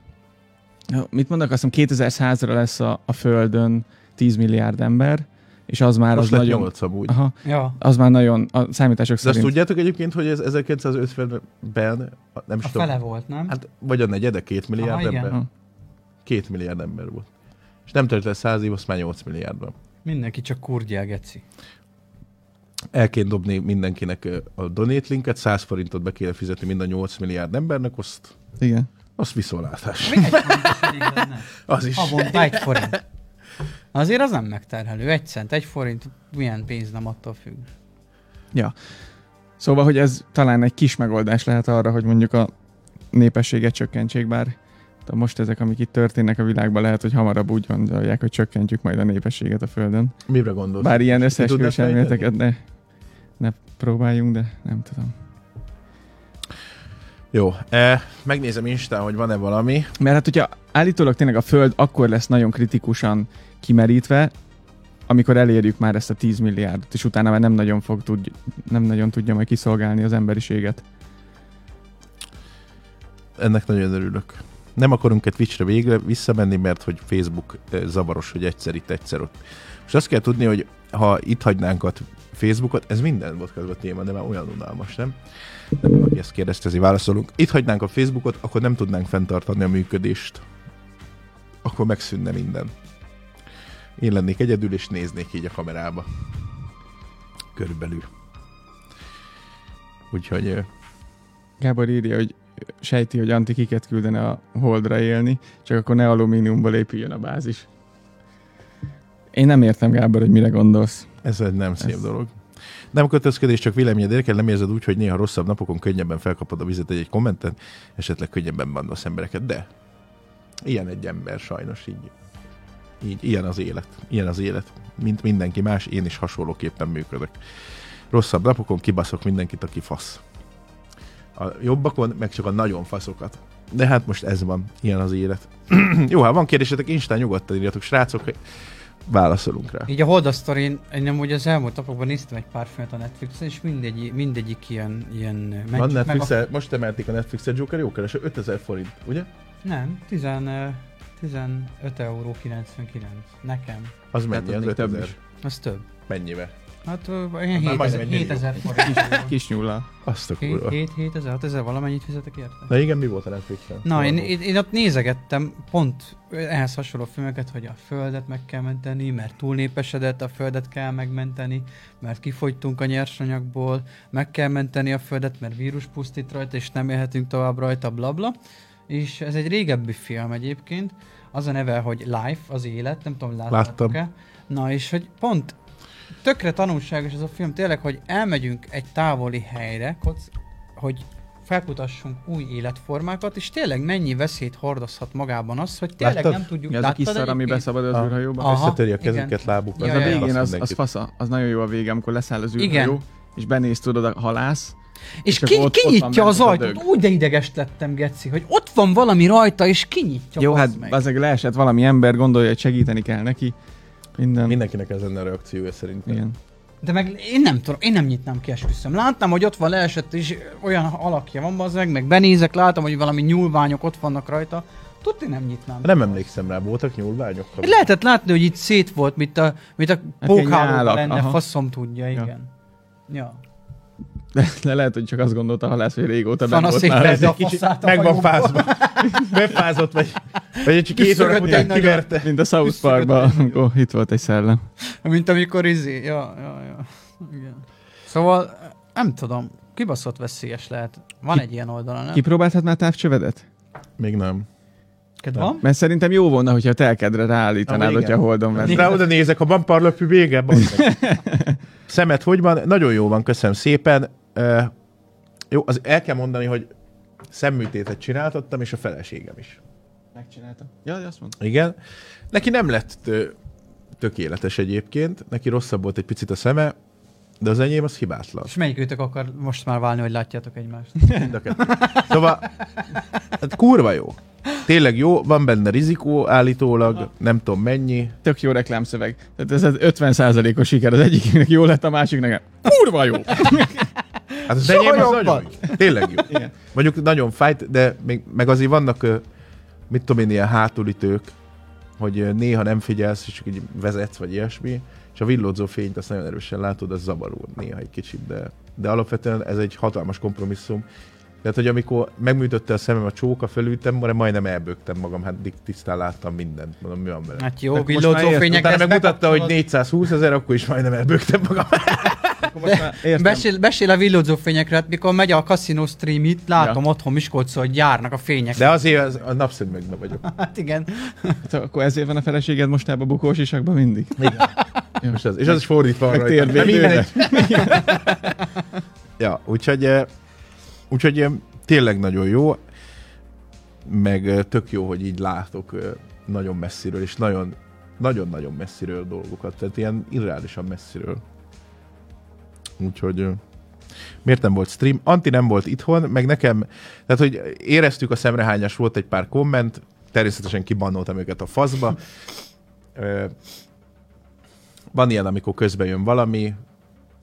Ja, Mit mondok, azt hiszem 2100-ra lesz a, a Földön 10 milliárd ember, és az már
Most
az
lett
nagyon...
8 amúgy.
Aha,
ja,
az már nagyon, a számítások
De azt
szerint...
tudjátok egyébként, hogy ez 1950-ben, a- nem is
a
tudom,
fele volt, nem?
hát, vagy a negyede, két milliárd
Aha, igen.
ember.
Aha.
Két milliárd ember volt. És nem tört el száz év, azt már 8 milliárd van.
Mindenki csak kurgyel, geci.
el kéne dobni mindenkinek ö, a donate linket, 100 forintot be kéne fizetni mind a 8 milliárd embernek, azt,
Igen.
azt viszontlátás.
Mindegy, fontos, hogy igaz, nem?
Az is.
Havonta egy forint. Azért az nem megterhelő. Egy cent, egy forint, milyen pénz nem attól függ.
Szóval, hogy ez talán egy kis megoldás lehet arra, hogy mondjuk a népességet csökkentsék, bár de most ezek, amik itt történnek a világban, lehet, hogy hamarabb úgy gondolják, hogy csökkentjük majd a népességet a Földön.
Mire gondolsz?
Bár ilyen
tudnád
összeesküvés
fejteni?
elméleteket ne, ne próbáljunk, de nem tudom.
Jó, e, megnézem Instán, hogy van-e valami.
Mert hát, hogyha állítólag tényleg a Föld akkor lesz nagyon kritikusan kimerítve, amikor elérjük már ezt a 10 milliárdot, és utána már nem nagyon, fog tud, nem nagyon tudja majd kiszolgálni az emberiséget.
Ennek nagyon örülök. Nem akarunk egy Twitchre végre visszamenni, mert hogy Facebook ö, zavaros, hogy egyszer itt, egyszer ott. És azt kell tudni, hogy ha itt hagynánk a Facebookot, ez minden podcastban téma, de már olyan unalmas, nem? Nem tudom, aki ezt kérdeztezi, válaszolunk. Itt hagynánk a Facebookot, akkor nem tudnánk fenntartani a működést. Akkor megszűnne minden. Én lennék egyedül, és néznék így a kamerába. Körülbelül. Úgyhogy ö,
Gábor írja, hogy sejti, hogy antikiket küldene a holdra élni, csak akkor ne alumíniumból épüljön a bázis. Én nem értem, Gábor, hogy mire gondolsz.
Ez egy nem szép dolog. Nem kötözködés, csak véleményed érkel, nem érzed úgy, hogy néha rosszabb napokon könnyebben felkapod a vizet egy-egy kommenten, esetleg könnyebben bándasz embereket, de ilyen egy ember sajnos így. Így, ilyen az élet. Ilyen az élet. Mint mindenki más, én is hasonlóképpen működök. Rosszabb napokon kibaszok mindenkit, aki fasz. A jobbakon meg csak a nagyon faszokat. De hát most ez van. Ilyen az élet. <clears throat> Jó, ha van kérdésetek, Instán nyugodtan írjatok, srácok, válaszolunk rá.
Így a Hold a Story-n, én nem ugye az elmúlt napokban néztem egy pár filmet a Netflixen, és mindegy, mindegyik ilyen... ilyen meg,
Van
meg
netflix most emelték a Netflix-et, Joker jó kereső, 5000 forint, ugye?
a, Nem, 10, eh, 15 euró 99. Nekem.
Az mennyi,
Tehát
az
még több
5000
is.
Az több.
mennyivel?
Hát ö, ilyen
már majdnem egy
7000
millió.
7000
<laughs>
forint.
Kis nyulla.
Azt a
7,
kurva.
7, 7000, 6000 valamennyit fizetek érte.
Na igen, mi volt a Netflixen?
Na, én,
Valahol.
én, én ott nézegettem pont ehhez hasonló filmeket, hogy a Földet meg kell menteni, mert túlnépesedett, a Földet kell megmenteni, mert kifogytunk a nyersanyagból, meg kell menteni a Földet, mert vírus pusztít rajta, és nem élhetünk tovább rajta, blabla. És ez egy régebbi film egyébként, az a neve, hogy Life, az élet, nem tudom, láttátok-e. Na, és hogy pont tökre tanulságos ez a film, tényleg, hogy elmegyünk egy távoli helyre, koc, hogy felkutassunk új életformákat, és tényleg mennyi veszélyt hordozhat magában az, hogy tényleg
Láttad?
nem tudjuk...
Ez a kis szar, ami
egyébként?
beszabad
Ah.
az űrhajóba.
Aha,
Összetöri a
igen.
kezüket, lábukat.
Ja,
Az a
ja, ja.
végén, az, az
mindenkit.
fasza, az nagyon jó a vége, amikor leszáll az
Igen.
űrhajó, és benéz tudod a halász,
És
És akkor
ki,
ott- ott
kinyitja az
van benne az a
ajtót,
dög.
úgy de ideges lettem, Geci, hogy ott van valami rajta, és kinyitja.
Jó,
bazd
hát
meg.
azért leesett valami ember, gondolja, hogy segíteni kell neki. Minden. Minden.
Mindenkinek ez lenne a reakciója szerintem.
Igen.
De meg én nem tudom, én nem nyitnám ki, esküszöm. Láttam, hogy ott van leesett, és olyan alakja van, az meg, meg benézek, látom, hogy valami nyúlványok ott vannak rajta. Tudni nem nyitnám.
Nem emlékszem rá, voltak nyúlványok?
Lehetett látni, hogy itt szét volt, mint a, mint a
ilyen
pókhálóban
nyálak,
lenne, aha.
aha.
faszom tudja,
Ja.
igen. Ja.
De, de, lehet, hogy csak azt gondolta a halász, hogy régóta
Van
benne
a
volt nála.
székre, de a
Kicsit
faszát a
meg van
hajóba.
fázva. Befázott vagy. Vagy csak két
Üszörött
óra
egy
után
nagyon.
kiverte.
Mint a South
Visszakötött
Parkban, amikor itt volt egy szellem.
Mint amikor izé, ja, ja, ja. Igen. Szóval, nem tudom, kibaszott veszélyes lehet. Van egy ilyen oldala, nem?
Kipróbáltad már távcsövedet?
Még nem.
Kip, van?
Mert szerintem jó volna, hogyha a telkedre ráállítanád,
Amúgy
hogyha
igen.
holdon vennéd.
Hát Rá oda nézek, ha van parlöpű vége, bazd meg. Szemet hogy van? Nagyon jó van, köszönöm szépen. Ö, jó, az el kell mondani, hogy szemműtétet csináltattam, és a feleségem is.
Megcsináltam. Ja, azt mondtam.
Igen. Neki nem lett ö, tökéletes egyébként, neki rosszabb volt egy picit a szeme, de az enyém az hibátlan.
És melyik őtök akar most már válni, hogy látjátok egymást?
Mind a kettő. Szóval, hát kurva jó. Tényleg jó, van benne rizikó állítólag, nem tudom mennyi.
Tök jó reklámszöveg. Tehát ez az 50%-os siker. Az egyiknek jó lett, a másiknak nem. Kurva jó!
Hát az
Soha
enyém az
jobban.
nagyon jó. Tényleg jó.
Igen.
Mondjuk nagyon fájt, de még, meg azért vannak, ö, mit tudom én, ilyen hátulütők, hogy ö, néha nem figyelsz, és csak így vezetsz, vagy ilyesmi, és a villódzó fényt azt nagyon erősen látod, az zavarul néha egy kicsit, de, de alapvetően ez egy hatalmas kompromisszum. Tehát, hogy amikor megműtötte a szemem a csóka, fölültem, mire majdnem elbögtem magam, hát dik- tisztán láttam mindent, mondom, mi van vele.
Hát jó,
Meg most már
villódzó
értem.
fények
Utána
lesz,
megmutatta, hogy
bekapcsolod.
420 ezer, akkor is majdnem elbögtem magam.
Értem.
Besél, besél a villódzó fényekre, hát mikor megy a kaszinó stream itt, látom ja. otthon Miskolcon, hogy járnak a fények. De...
De azért az, a napszemüvegben vagyok.
Hát igen.
Hát Akkor ezért van a feleséged mostában bukós isakban mindig?
Most az, és az is fordítva van
Meg
rajta.
térvédőre.
De ja, úgyhogy, eh, úgyhogy eh, tényleg nagyon jó, meg eh, tök jó, hogy így látok eh, nagyon messziről, és nagyon nagyon-nagyon messziről dolgokat, tehát ilyen irreálisan messziről. Úgyhogy eh, miért nem volt stream? Anti nem volt itthon, meg nekem, tehát hogy éreztük a szemrehányás, volt egy pár komment, természetesen kibannoltam őket a faszba. Ö, Van ilyen, amikor közben jön valami,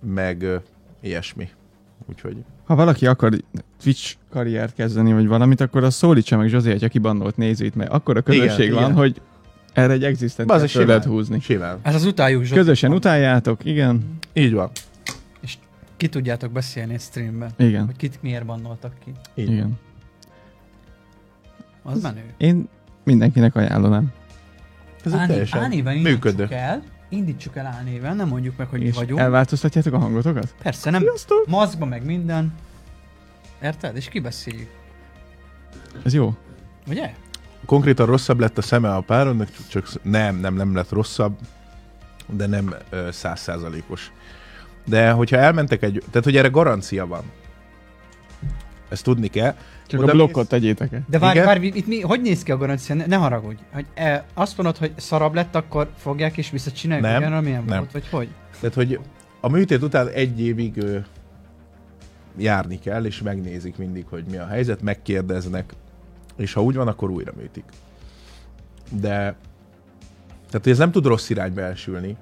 meg ö, ilyesmi. Úgyhogy
Ha valaki akar Twitch karriert kezdeni, vagy valamit, akkor az szólítsa meg Zsozé, aki bandolt nézőit, mert akkor a közösség
Igen,
igen, van,
igen.
igen. hogy erre egy egzisztenciát
Bazd,
föl
simán.
lehet húzni.
simán.
Ez az utáljuk Zsolt.
Közösen utáljátok, igen,
Így van.
És ki tudjátok beszélni egy streamben,
igen,
hogy kit miért bannoltak ki.
Így. van.
igen.
Az menő.
Én mindenkinek ajánlanám.
Ez egy teljesen
álnéven
működő.
indítsuk el, indítsuk el álnéven, nem mondjuk meg, hogy mi
És
vagyunk.
elváltoztatjátok a hangotokat?
Persze, nem
Sziasztok!
maszkba meg minden. Érted? És kibeszéljük.
Ez jó.
Ugye?
Konkrétan rosszabb lett a szeme a páromnak, csak sz- nem, nem, nem lett rosszabb, de nem ö, százszázalékos. De hogyha elmentek egy, tehát hogy erre garancia van. Ezt tudni kell.
Csak
Oda
a blokkot
mész-
tegyétek el.
De várj,
Igen?
várj, itt mi, hogy néz ki a garancia? Ne, ne haragudj. Hogy e, azt mondod, hogy szarab lett, akkor fogják és visszacsinálják
Nem,
nem, ugyanra, milyen
nem.
volt, vagy hogy?
Tehát, hogy a műtét után egy évig ö, járni kell, és megnézik mindig, hogy mi a helyzet, megkérdeznek, és ha úgy van, akkor újra műtik. De, tehát hogy ez nem tud rossz irányba elsülni,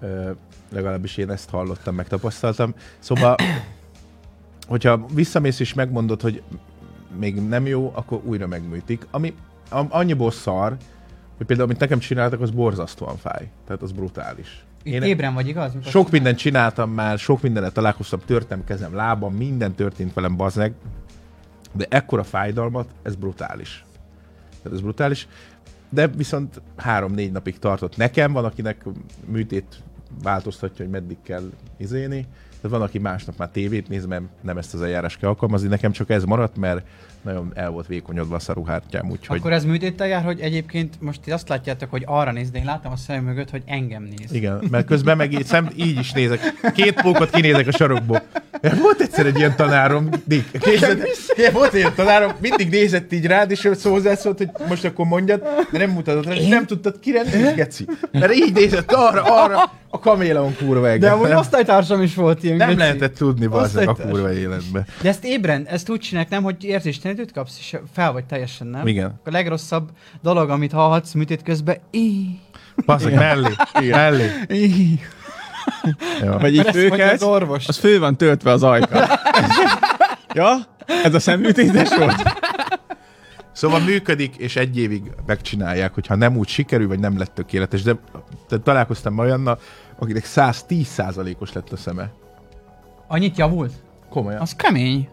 ö, legalábbis én ezt hallottam, megtapasztaltam. Szóval, <coughs> hogyha visszamész és megmondod, hogy még nem jó, akkor újra megműtik, ami am- annyiból szar, hogy például, amit nekem csináltak, az borzasztóan fáj. Tehát az brutális.
Én ébren vagy, igaz? Mikor
Sok mindent csináltam már, sok mindenre találkoztam, törtem kezem, lábam, minden történt velem, bazdmeg. De ekkora fájdalmat, ez brutális. Tehát ez brutális. De viszont három-négy napig tartott nekem, van akinek műtét változtatja, hogy meddig kell izéni. Tehát van, aki másnap már tévét néz, mert nem ezt az eljárás kell alkalmazni. Nekem csak ez maradt, mert nagyon el volt vékonyodva a szaruhártyám, úgyhogy...
Akkor ez műtéttel jár, hogy egyébként most ti azt látjátok, hogy arra néz, de én látom a szemem mögött, hogy engem néz.
Igen, mert közben meg így, szem, így is nézek. Két pókot kinézek a sarokból. Volt egyszer egy ilyen tanárom, Dick. Képzeld, Igen, volt egy ilyen tanárom, mindig nézett így rád, és ő szó- hozzászólt, hogy most akkor mondjad, de nem mutatott rá, és nem tudtad kire néz, geci. Mert így nézett arra, arra, a kaméleon kurva engem.
De amúgy
nem,
osztálytársam is volt ilyen.
nem
geci.
lehetett tudni bazzeg a
osztálytárs.
kurva életbe.
De ezt ébren, ezt úgy csinálják, nem, hogy érzéstelenítőt kapsz, és fel vagy teljesen, nem?
Igen.
A legrosszabb dolog, amit hallhatsz műtét közben, így.
Bazzeg, mellé, mellé.
így.
Jó.
Vagy így
Ezt mondja az
főkelsz,
orvos.
az fő van töltve az ajka. <laughs> ja? Ez a szemütétes volt?
Szóval működik, és egy évig megcsinálják, hogyha nem úgy sikerül, vagy nem lett tökéletes. De, de találkoztam olyannal, akinek 110%-os lett a szeme.
Annyit javult?
Komolyan.
Az kemény.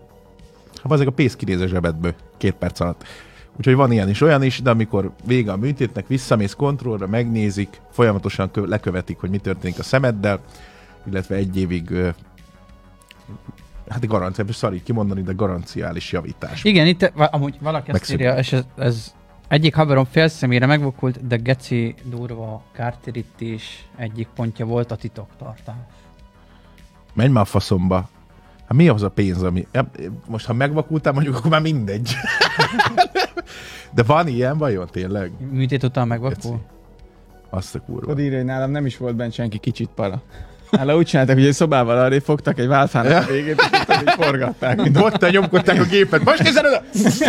Ha ezek a pénz kinéz a zsebedből két perc alatt. Úgyhogy van ilyen is, olyan is, de amikor vége a műtétnek, visszamész kontrollra, megnézik, folyamatosan kö- lekövetik, hogy mi történik a szemeddel, illetve egy évig ö, hát garancia, szar így kimondani, de garanciális javítás.
Igen, itt va- amúgy valaki ezt
Megszűnt.
írja, és ez, ez egyik haverom félszemére megvakult, de geci durva kártérítés egyik pontja volt a titoktartás.
Menj már a faszomba. Hát mi az a pénz, ami... Ja, Most, ha megvakultál, mondjuk, akkor már mindegy. <laughs> De van ilyen vajon tényleg?
Műtét után megvakul?
Azt a kurva.
Tudod írja, hogy nálam nem is volt bent senki kicsit para. Nála Hát, úgy csináltak, hogy egy szobával arra fogtak egy válfának a végét, és ott így forgatták. mint a-
Botta nyomkodták a gépet. Most kézzel oda! <laughs>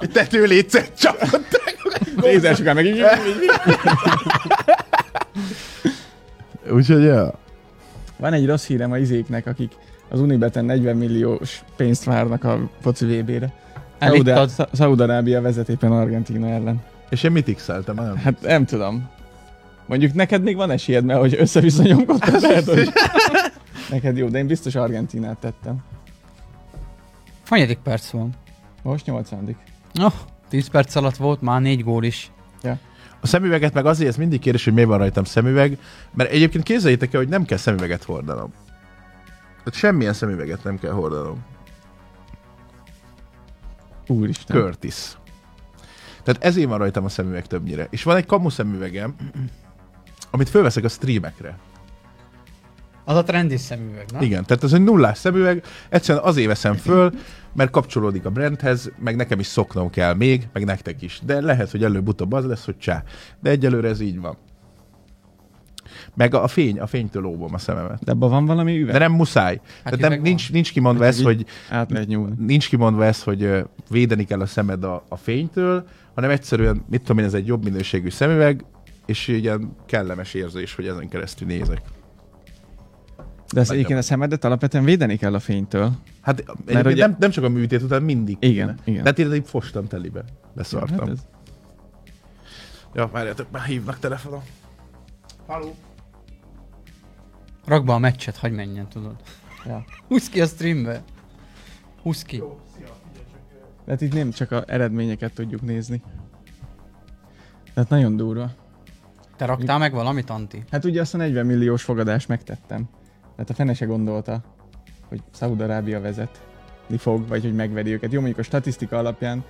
Egy tetőlécet csapkodták.
Nézel sokan meg így.
Úgyhogy, ja.
Van egy rossz hírem a izéknek, akik az Unibeten 40 milliós pénzt várnak a foci VB-re.
Elittad.
Szaudarábia vezet éppen Argentina ellen.
És én mit x-eltem? Nem?
Hát nem tudom. Mondjuk neked még van esélyed, mert hogy
Hát
összeviszonyomkodtál, lehet, hogy... Neked jó, de én biztos Argentinát tettem.
Hanyadik perc van?
Most 80
Oh, 10 perc alatt volt már négy gól is.
A szemüveget meg azért, ez mindig kérdés, hogy miért van rajtam szemüveg, mert egyébként képzeljétek el, hogy nem kell szemüveget hordanom. Tehát semmilyen szemüveget nem kell hordanom.
Úristen.
Curtis. Tehát ezért van rajtam a szemüveg többnyire. És van egy kamu szemüvegem, amit fölveszek a streamekre.
Az a trendi szemüveg, nem?
Igen, tehát ez egy nullás szemüveg, egyszerűen azért veszem föl, mert kapcsolódik a brandhez, meg nekem is szoknom kell még, meg nektek is. De lehet, hogy előbb-utóbb az lesz, hogy csá. De egyelőre ez így van. Meg a a fény, a fénytől óvom a szememet.
De abban van valami üveg?
De nem muszáj. Hát tehát nem,
üveg
nincs, nincs kimondva ez, hogy
Át lehet nyúlni.
nincs kimondva ez, hogy ö, védeni kell a szemed a, a fénytől, hanem egyszerűen, mit tudom én, ez egy jobb minőségű szemüveg, és így ilyen kellemes érzés, hogy ezen keresztül nézek.
De az egyébként a szemedet alapvetően védeni kell a fénytől.
Hát egyébként
ugye-
nem, nem csak a műtét után, mindig.
Igen,
kéne.
igen.
De hát így fostam telibe. Leszartam.
Hát
Hát
ez-
ja, várjátok, már hívnak telefonon. Halló.
Rakd be a meccset, hagyd menjen, tudod.
Ja.
Húzd ki a streambe. Húzd ki.
De hát itt nem csak a eredményeket tudjuk nézni. Tehát nagyon durva.
Te raktál meg valamit, Anti?
Hát ugye azt a 40 Hát milliós fogadást megtettem. Tehát a fene se gondolta, hogy Szaudarábia vezet. büntetni fog, vagy hogy megveri őket. Jó, mondjuk a statisztika alapján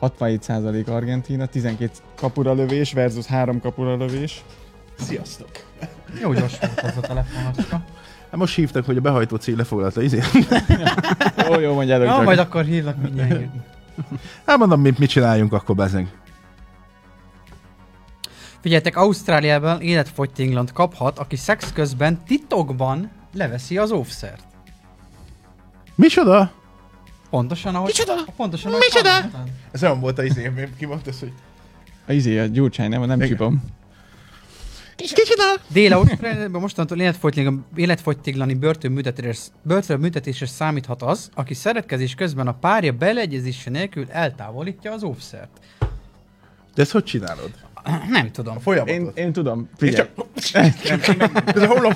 67% Argentina, 12 kapura lövés versus 3 kapura lövés.
Sziasztok!
Jó gyors volt az a telefonocska.
Hát most hívtak, hogy a behajtó cég lefoglalta izé. <laughs>
Ó, jó, mondjátok
Ja,
csak.
majd akkor hívlak mindjárt.
Hát mondom, mit, mit csináljunk akkor, bezeg.
Figyeljetek, Ausztráliában életfogyt England kaphat, aki szex közben titokban leveszi az óvszert.
Micsoda?
Pontosan ahogy...
Micsoda?
Pontosan ahogy
Micsoda?
hallottad.
Ez olyan volt a izé, ki mondta, hogy...
A izé, a gyurcsány, nem, nem
Igen.
csipom.
Kicsoda?
Dél-Ausztráliában mostantól életfogytiglan- életfogytiglani börtönbüntetésre, börtönbüntetésre számíthat az, aki szeretkezés közben a párja beleegyezése nélkül eltávolítja az óvszert.
De ezt hogy csinálod?
Nem tudom.
A folyamatot.
Én,
Én...
én tudom, figyelj.
Ez a holom...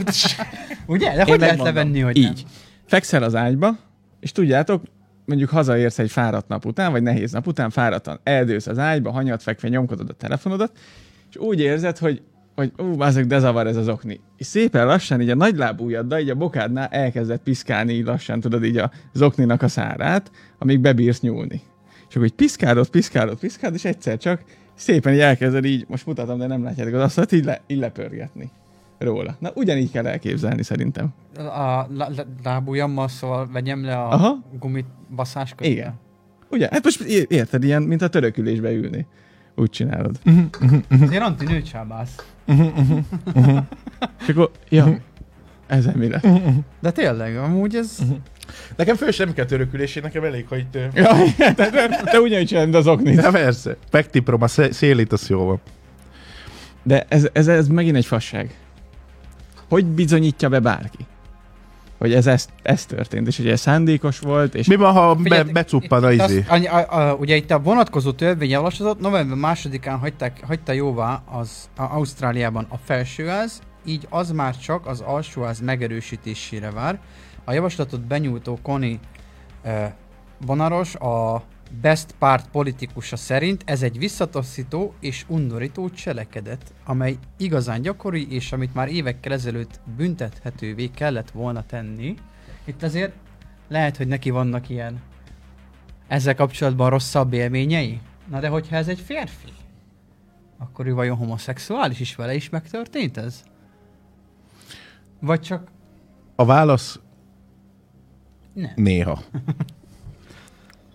Ugye? De hogy lehet
megmondom.
levenni, hogy
Így. Fekszel az ágyba, és tudjátok, mondjuk hazaérsz egy fáradt nap után, vagy nehéz nap után, fáradtan eldősz az ágyba, hanyat fekve nyomkodod a telefonodat, és úgy érzed, hogy hogy ú, azok de zavar ez az okni. És szépen lassan így a nagylábújaddal, így a bokádnál elkezdett piszkálni, így lassan tudod így az okninak a szárát, amíg bebírsz nyúlni. És akkor így piszkálod, piszkálod, piszkálod, és egyszer csak szépen így elkezded így, most mutatom, de nem látjátok az asztalt, így, le, így lepörgetni róla. Na, ugyanígy kell elképzelni szerintem.
nem? A lá- lá- lábujjammal, szóval vegyem le a
Aha.
gumit baszás közben.
Igen. Ugye? Hát most é- érted, ilyen, mint a törökülésbe ülni. Úgy csinálod.
Azért anti nőcsábász.
És akkor, ja, ez mi lett?
De tényleg, amúgy ez...
Nekem föl sem kell törökülés, én nekem elég, hogy... Te...
Ja, te, te, te ugyanúgy csinálod, mint az oknit.
De persze. Megtiprom a szé- szélét, az jó van.
De ez, ez, ez megint egy fasság. Hogy bizonyítja be bárki? Hogy ez, ez, ez történt, és hogy ez szándékos volt, és
Mi van, ha be,
Figyeljetek,
becuppan a
itt
izé?
azt- annyi- a, a, ugye itt a vonatkozó törvényjavaslatot november másodikán hagyták, hagyta jóvá az a, Ausztráliában a felsőház, így az már csak az alsóház megerősítésére vár. A javaslatot benyújtó Connie uh, Bonaros, a Best Part politikusa szerint ez egy visszataszító és undorító cselekedet, amely igazán gyakori, és amit már évekkel ezelőtt büntethetővé kellett volna tenni. Itt azért lehet, hogy neki vannak ilyen ezzel kapcsolatban rosszabb élményei? Na de hogyha ez egy férfi, akkor ő vajon homoszexuális is vele is megtörtént ez? Vagy csak
A válasz
nem.
néha.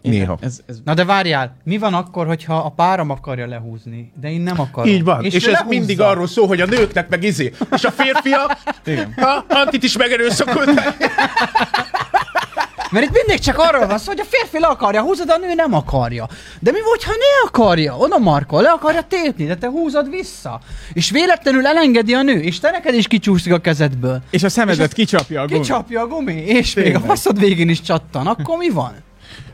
Igen,
Néha.
Ez, ez,
Na de várjál, mi van akkor, hogyha a párom akarja lehúzni, de én nem akarom.
Így van. És, és
ő
ez
lehúzza.
mindig arról szól, hogy a nőknek meg izé. És a férfiak,
igen.
ha, Antit is megerőszakolták.
Mert itt mindig csak arról van szó, hogy a férfi le akarja húzni, de a nő nem akarja. De mi volt, ha ne akarja? Oda markol, le akarja tépni, de te húzod vissza. És véletlenül elengedi a nő, és te neked is kicsúszik a kezedből.
És a szemedet kicsapja a gumi.
Kicsapja a gumi, és még a
Tényleg.
faszod végén is csattan. Akkor mi van?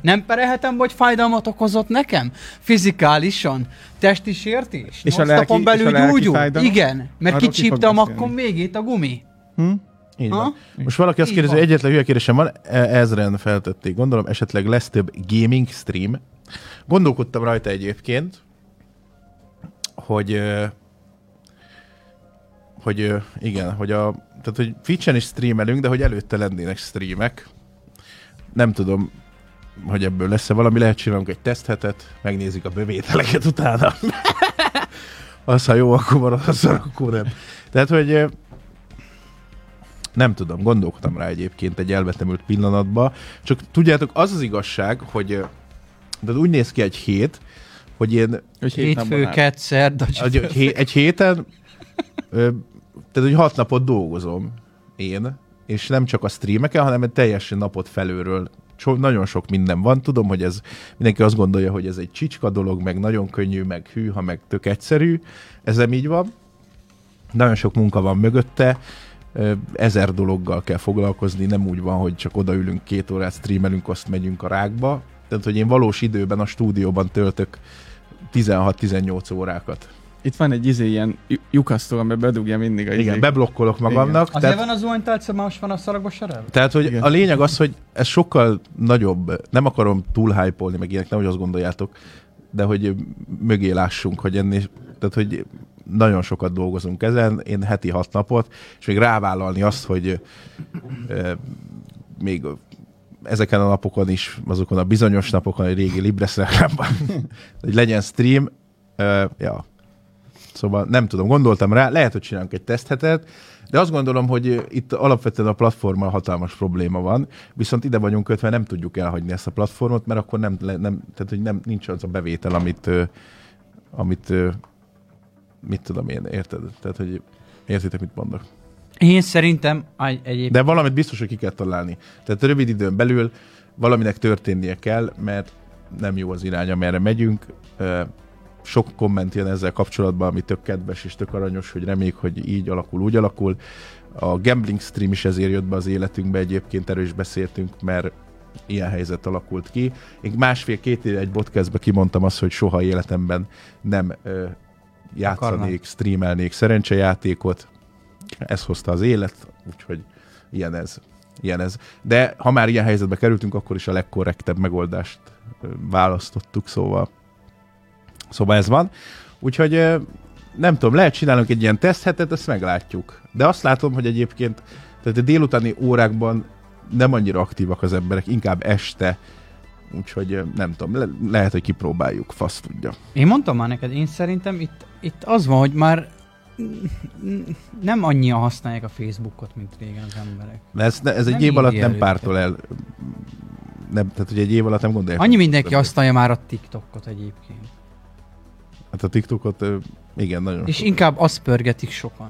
Nem perelhetem, hogy fájdalmat okozott nekem? Fizikálisan? Testi sértés?
És a
Nyolc napon
lelki-
belül
és a lelki
gyógyul?
fájdalom?
Igen, mert
Arról ki fog
kicsíptem
beszélni.
akkor még itt a gumi.
Hm?
Így
Ha?
van. Most valaki azt
Így
kérdezi,
van.
hogy egyetlen hülye kérdésem van, e- ezren feltették. Gondolom esetleg lesz több gaming stream. Gondolkodtam rajta egyébként, hogy ö, hogy ö, igen, hogy a tehát, hogy Twitch-en is streamelünk, de hogy előtte lennének streamek. Nem tudom, hogy ebből lesz-e valami, lehet csinálunk egy teszthetet, megnézik a bővételeket utána. az, ha jó, akkor marad, az, akkor nem. Tehát, hogy ö, nem tudom, gondolkodtam rá egyébként egy elvetemült pillanatba. Csak tudjátok, az az igazság, hogy ö, de úgy néz ki egy hét, hogy én
Hogy hét napon át.
Hétfőket, szerda,
egy, egy hé- egy héten, ö, tehát hogy hat napot dolgozom én, és nem csak a streameken, hanem egy teljesen napot felőről. So, nagyon sok minden van, tudom, hogy ez mindenki azt gondolja, hogy ez egy csicska dolog, meg nagyon könnyű, meg hűha, meg tök egyszerű. Ez nem így van. Nagyon sok munka van mögötte, ö, ezer dologgal kell foglalkozni, nem úgy van, hogy csak odaülünk, két órát streamelünk, azt megyünk a rákba. Tehát, hogy én valós időben a stúdióban töltök 16-18 órákat.
Itt van egy izé ilyen ly- lyukasztó, amiben bedugja mindig a
Igen,
izé-
beblokkolok magamnak.
Azért
Tehát,
van az zuhanytálca, már most van a szaragba serel?
tehát, hogy
Igen.
a lényeg az, hogy ez sokkal nagyobb, nem akarom túl hype meg ilyenek, nehogy azt gondoljátok, de hogy mögé lássunk, hogy ennél, tehát hogy nagyon sokat dolgozunk ezen, én heti hat napot, és még rávállalni azt, hogy ö, még ezeken a napokon is, azokon a bizonyos napokon, a régi Libres reklámban, <laughs> hogy legyen stream. Uh, ja. Szóval nem tudom, gondoltam rá, lehet, hogy csinálunk egy teszthetet, de azt gondolom, hogy itt alapvetően a platformmal hatalmas probléma van, viszont ide vagyunk kötve, nem tudjuk elhagyni ezt a platformot, mert akkor nem, le- nem tehát hogy nem, nincs az a bevétel, amit, ö, amit ö, mit tudom én, érted? Tehát, hogy értitek, mit mondok.
Én szerintem egy, egyéb...
De valamit biztos, hogy ki kell találni. Tehát rövid időn belül valaminek történnie kell, mert nem jó az irány, amerre megyünk. Ö, Sok komment jön ezzel kapcsolatban, ami tök kedves és tök aranyos, hogy reméljük, hogy így alakul, úgy alakul. A gambling stream is ezért jött be az életünkbe, egyébként erről is beszéltünk, mert ilyen helyzet alakult ki. Én másfél-két éve egy podcastbe kimondtam azt, hogy soha életemben nem ö, játszanék,
Akarnám.
streamelnék szerencsejátékot. Ez hozta az élet, úgyhogy ilyen ez. Ilyen ez. De ha már ilyen helyzetbe kerültünk, akkor is a legkorrektebb megoldást ö, választottuk, szóval szóval ez van. Úgyhogy ö, nem tudom, lehet csinálunk egy ilyen teszthetet, ezt meglátjuk. De azt látom, hogy egyébként tehát a délutáni órákban nem annyira aktívak az emberek, inkább este, úgyhogy ö, nem tudom, le- lehet, hogy kipróbáljuk, fasz tudja.
Én mondtam már neked, én szerintem itt, itt az van, hogy már nem annyian használják a Facebookot, mint régen az emberek.
De ez, ne, ez egy
Nem
év
így
alatt nem
jelölik.
pártol el, nem, tehát hogy egy év alatt nem gondolják.
Annyi
hogy-
mindenki használja már a TikTokot egyébként.
Hát a TikTokot, ö, igen, nagyon.
És
És
inkább azt pörgetik sokan.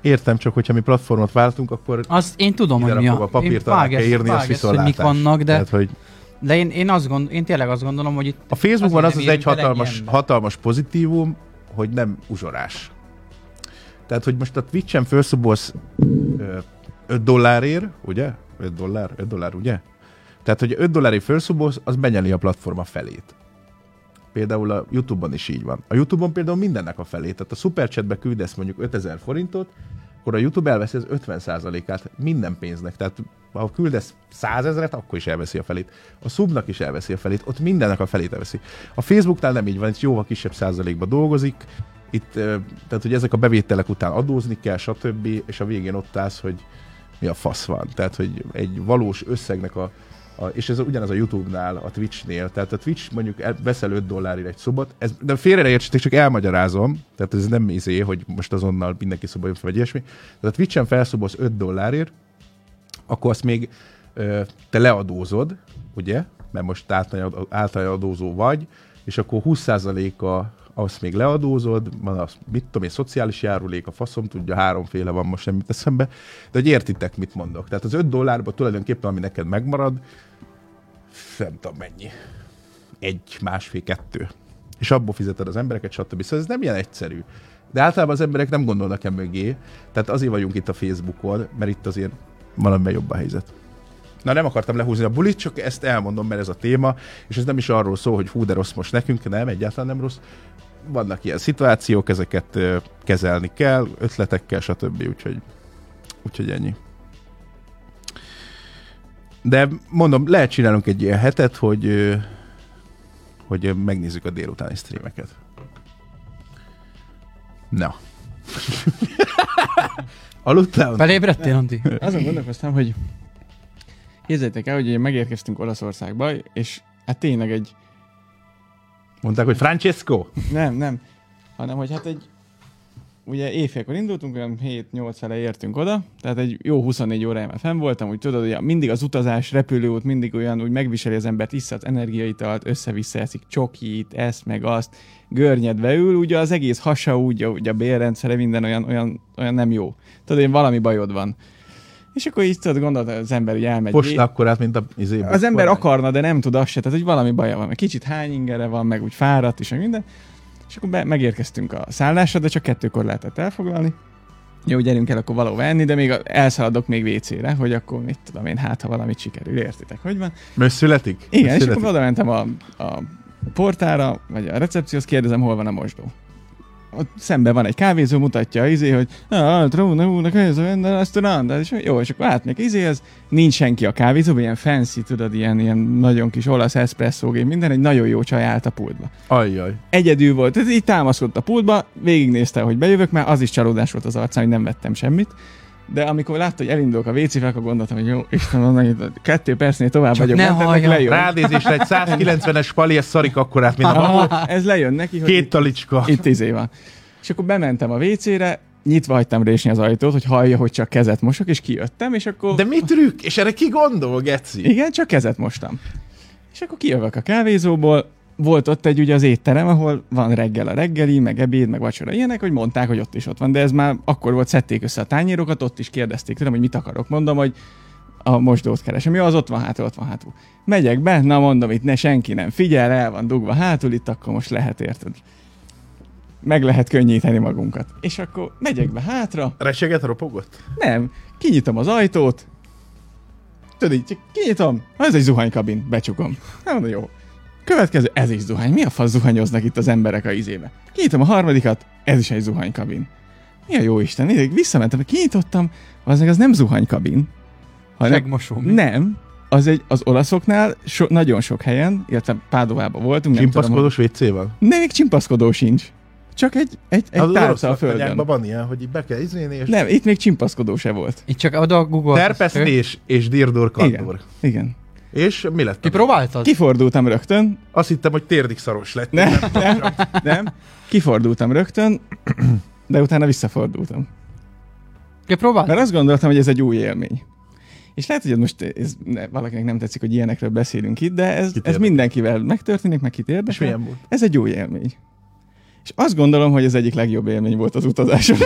Értem csak, hogyha mi platformot váltunk, akkor
Azt én tudom,
Ide
hogy mi
rakom
a...
a papírt, alá
vág
kell
ezt-
írni, az
vág ezt, hogy
viszontlátás.
mik vannak, de,
tehát, hogy
de én, én, azt gond, én tényleg azt gondolom, hogy itt
a Facebookban
Azért
az
nem
az egy
érint el ennyi
hatalmas,
ember.
hatalmas pozitívum, hogy nem uzsorás. Tehát, hogy most a Twitch-en felszobolsz 5 dollárért, ugye? 5 dollár, 5 dollár, ugye? Tehát, hogy 5 dollárért felszobolsz, az benyeli a platforma felét. Például a YouTube-on is így van. A YouTube-on például mindennek a felét. Tehát a Superchatbe küldesz mondjuk 5000 forintot, akkor a YouTube elveszi az 50%-át minden pénznek. Tehát ha küldesz 100 ezeret, akkor is elveszi a felét. A subnak is elveszi a felét, ott mindennek a felét elveszi. A Facebooknál nem így van, itt jóval kisebb százalékba dolgozik, itt, ö, tehát hogy ezek a bevételek után adózni kell, stb. És a végén ott állsz, hogy mi a fasz van. Tehát, hogy egy valós összegnek a, a és ez ugyanaz a YouTube-nál, a Twitch-nél. Tehát a Twitch mondjuk el- veszel 5 dollárért egy szobot, ez, de félre ne értsétek, csak elmagyarázom, tehát ez nem izé, hogy most azonnal mindenki szoba jön, vagy ilyesmi. Tehát a Twitch-en felszobolsz 5 dollárért, akkor azt még ö, te leadózod, ugye? Mert most általányad- általányadózó vagy, és akkor 20%-a azt még leadózod, van az, mit tudom én, szociális járulék, a faszom tudja, háromféle van most semmit eszembe, de hogy értitek, mit mondok. Tehát az 5 dollárba tulajdonképpen, ami neked megmarad, nem tudom mennyi. Egy, másfél, kettő. És abból fizeted az embereket, stb. Szóval ez nem ilyen egyszerű. De általában az emberek nem gondolnak e mögé, tehát azért vagyunk itt a Facebookon, mert itt azért valamiben jobb a helyzet. Na nem akartam lehúzni a bulit, csak ezt elmondom, mert ez a téma, és ez nem is arról szól, hogy hú, de rossz most nekünk, nem, egyáltalán nem rossz. Vannak ilyen szituációk, ezeket ö, kezelni kell, ötletekkel, stb. Úgyhogy, úgyhogy ennyi. De mondom, lehet csinálunk egy ilyen hetet, hogy, ö, hogy ö, megnézzük a délutáni streameket. Na. Aludtál?
felébredtél, Andi?
Azon gondolkoztam, hogy képzeljétek el, hogy ugye megérkeztünk Olaszországba, és hát tényleg egy,
Mondták, hogy Francesco?
nem, nem, hanem hogy hát egy, ugye éjfélkor indultunk, olyan 7-8 fele értünk oda, tehát egy jó 24 órája már fenn voltam, úgy tudod, hogy mindig az utazás, repülőút mindig olyan, úgy megviseli az embert, iszat energiaitalt, össze-vissza eszik csokit, ezt meg azt, görnyedve ül, ugye az egész hasa úgy, ugye a bélrendszere, minden olyan, olyan, olyan nem jó. Tudod, én valami bajod van. És akkor így tudod, gondolod, az ember ugye elmegy.
Posta akkor át, mint a izé,
Az
kormány.
ember akarna, de nem tud azt se, tehát hogy valami baja van, meg kicsit hány ingere van, meg úgy fáradt is, meg minden. És akkor be, megérkeztünk a szállásra, de csak kettőkor lehetett elfoglalni. Jó, gyerünk el akkor valahova enni, de még a- elszaladok még WC-re, hogy akkor mit tudom én, hát ha valamit sikerül, értitek, hogy van.
Mert születik?
Igen,
Mert
és
születik.
akkor oda mentem a, a portára, vagy a recepcióhoz, kérdezem, hol van a mosdó. Ott szemben van egy kávézó, mutatja izé, hogy na, tróna, úrnak, ez a restaurant, és jó, és akkor átnék izéhez, nincs senki a kávézóban, ilyen fancy, tudod, ilyen, ilyen nagyon kis olasz eszpresszógé, minden, egy nagyon jó csaj állt a pultba.
Ajjaj.
Egyedül volt, ez így támaszkodott a pultba, végignézte, hogy bejövök, már az is csalódás volt az arcán, hogy nem vettem semmit. de amikor látta, hogy elindulok a wc akkor gondoltam, hogy jó, Istenem, annak itt kettő percnél tovább
Csak
vagyok.
ne
ment, ennek
halljam.
lejön.
Ránézésre egy 190-es pali, ez szarik akkorát, mint a
Aha, ez lejön neki, hogy
két talicska.
itt izé van. És akkor bementem a WC-re, nyitva hagytam résni az ajtót, hogy hallja, hogy csak kezet mosok, és kijöttem, és akkor...
De mi trükk? És erre ki gondol, geci?
Igen, csak kezet mostam. És akkor kijövök a kávézóból, volt ott egy ugye az étterem, ahol van reggel a reggeli, meg ebéd, meg vacsora, ilyenek, hogy mondták, hogy ott is ott van, de ez már akkor volt, szedték össze a tányérokat, ott is kérdezték tőlem, hogy mit akarok. Mondom, hogy a mosdót keresem. Jó, az ott van hátul, ott van hátul. Megyek be, na mondom, itt ne senki nem figyel, el van dugva hátul, itt akkor most lehet, érted? Meg lehet könnyíteni magunkat. És akkor megyek be hátra,
Reseget ropogott?
nem, kinyitom az ajtót, tudod így, csak kinyitom, "Ah, ez egy zuhanykabin, becsukom. Na, na jó. Következő, ez is zuhany. Mi a fasz zuhanyoznak itt az emberek a izébe? Kinyitom a harmadikat, ez is egy zuhanykabin. Mi a jó Isten, Én visszamentem, kinyitottam, az meg az nem zuhanykabin, hanem
Megmosó.
nem, az egy, az olaszoknál so, nagyon sok helyen, illetve Pádovában voltunk, nem tudom.
Csimpaszkodós WC-vel?
Ne, még csimpaszkodó sincs. Csak egy, egy, egy tárca a földön.
Van ilyen, hogy így be kell izélni, és
Nem, itt még csimpaszkodó se volt.
Itt csak oda a Google.
terpesztés és dirdur kandur.
Igen.
És mi lett?
Ti próbáltad?
Kifordultam rögtön,
Azt hittem, hogy térdig szaros lett.
nem, nem, nem, kifordultam rögtön, de utána visszafordultam.
Ki próbáltad?
Mert azt gondoltam, hogy ez egy új élmény. És lehet, hogy ez most ez, ne, valakinek nem tetszik, hogy ilyenekről beszélünk itt, de ez,
Kit
ez
érdekel?
mindenkivel megtörténik, meg kit
És
érdekel.
milyen volt?
Ez egy új élmény. És azt gondolom, hogy ez egyik legjobb élmény volt az
<laughs>
utazásom.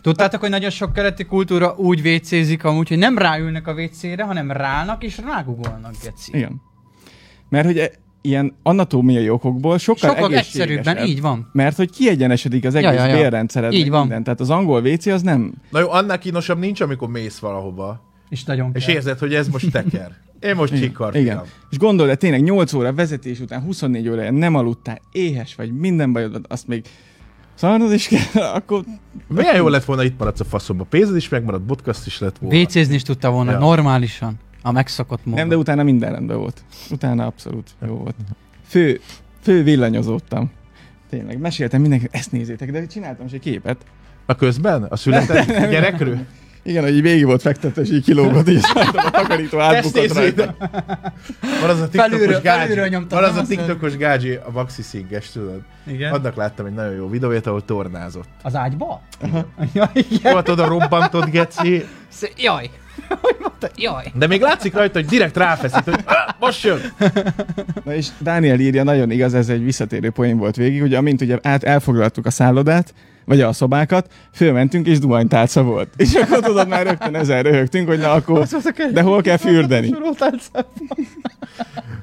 Tudtátok, hogy nagyon sok keleti kultúra úgy vécézik amúgy, hogy nem ráülnek a WC-re, hanem rának és rágugolnak, geci.
Igen. Mert hogy e, ilyen anatómiai okokból sokkal,
Sokkal
egészségesebb.
egyszerűbben, így van.
Mert hogy kiegyenesedik az
Ja,
egész
ja, ja.
bérrendszered.
Így
meg
van.
Minden. Tehát az angol WC az nem
Na jó, annál kínosabb nincs, amikor mész valahova,
És nagyon
és
kell.
érzed, hogy ez most teker. Én most
Igen.
csikartam.
És gondolj, le, tényleg 8 óra vezetés után, 24 órája nem aludtál, éhes vagy, minden bajod van, azt még szarnod is kell, <laughs> akkor
Milyen jó lett volna, itt maradsz a faszomba. Pénzed is megmaradt, podcast is lett volna.
WC-zni is tudta volna
Ja.
normálisan, a megszokott módon.
nem, de utána minden rendben volt. Utána abszolút jó volt. Fő, fő villanyozódtam. Tényleg, meséltem mindenkinek, ezt nézzétek, de csináltam is egy képet.
A közben? A született gyerekről?
Igen, hogy így végig volt fektetve, és <laughs> így kilógott, így szálltam a takarító átbukott
Ezt nézzétek!
rajta.
Van az a tiktotos
Felülről- felülről
gágyi,
nyomtam,
van az
nem
a
azt
tiktotos gágyi, a maxi szinges, tudod?
Igen.
Annak láttam egy nagyon jó videóját, ahol tornázott.
Az ágyba? <laughs> Ja, igen.
Volt oda robbantott geci,
Szé- Jaj. Hogy mondta? Jaj.
de még látszik rajta, hogy direkt ráfeszít, hogy "Ah, most jön!
Na és Dániel írja, nagyon igaz, ez egy visszatérő poén volt végig, hogy amint ugye át elfoglaltuk a szállodát, vagy a szobákat, fölmentünk, és duhanytálca volt. És akkor tudod, már rögtön ezen röhögtünk, hogy na akkor, de hol kell fürdeni?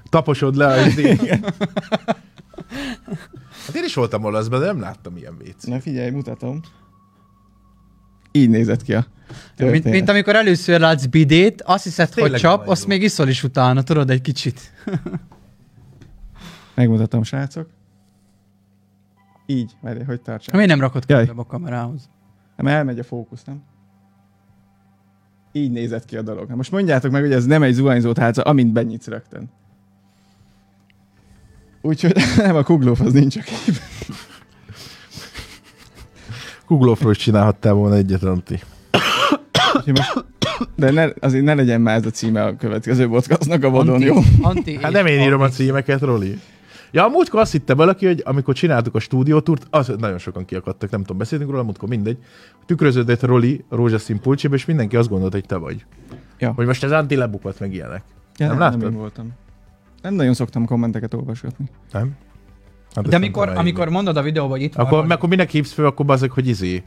Taposod le a izét. Hát én is voltam olaszban, de nem láttam ilyen vécét.
Na figyelj, mutatom. Így nézett ki a
Mint,
történet.
mint amikor először látsz bidét, azt hiszed, hogy
Tényleg
csap,
nagyon
azt
jó.
még iszol is utána, tudod, egy kicsit.
Megmutatom, srácok. Így, várj, hogy tartsam.
Miért nem rakod
Jaj.
közelebb a kamerához?
Nem elmegy a fókusz, nem? Így nézett ki a dolog. Na most mondjátok meg, hogy ez nem egy zuhanyzó tálca, amint benyitsz rögtön. Úgyhogy <laughs> nem a kuglóf az nincs a képben.
Kuglófról is csinálhattál volna egyet, Antti.
Úgyhogy most- De ne, azért ne legyen már ez a címe a következő podcastnak a vadon,
Anti-
jó?
Anti
Hát
és
nem én írom a
Anti.
címeket, Roli. Ja, a múltkor azt hitte valaki, hogy amikor csináltuk a stúdiótúrt, az nagyon sokan kiakadtak, nem tudom, beszéltünk róla, a múltkor mindegy. Tükröződött Roli rózsaszín pulcsébe, és mindenki azt gondolta, hogy te vagy.
Ja.
Hogy most ez Antti lebukott meg ilyenek.
Ja,
nem
nem
láttad?
én voltam. Nem nagyon szoktam kommenteket olvasgatni.
Nem? Hát ezt
De
nem
amikor,
tudom elhinni.
amikor mondod a videóban, hogy itt
Akkor,
van,
akkor minek hívsz föl, akkor azok, hogy izé,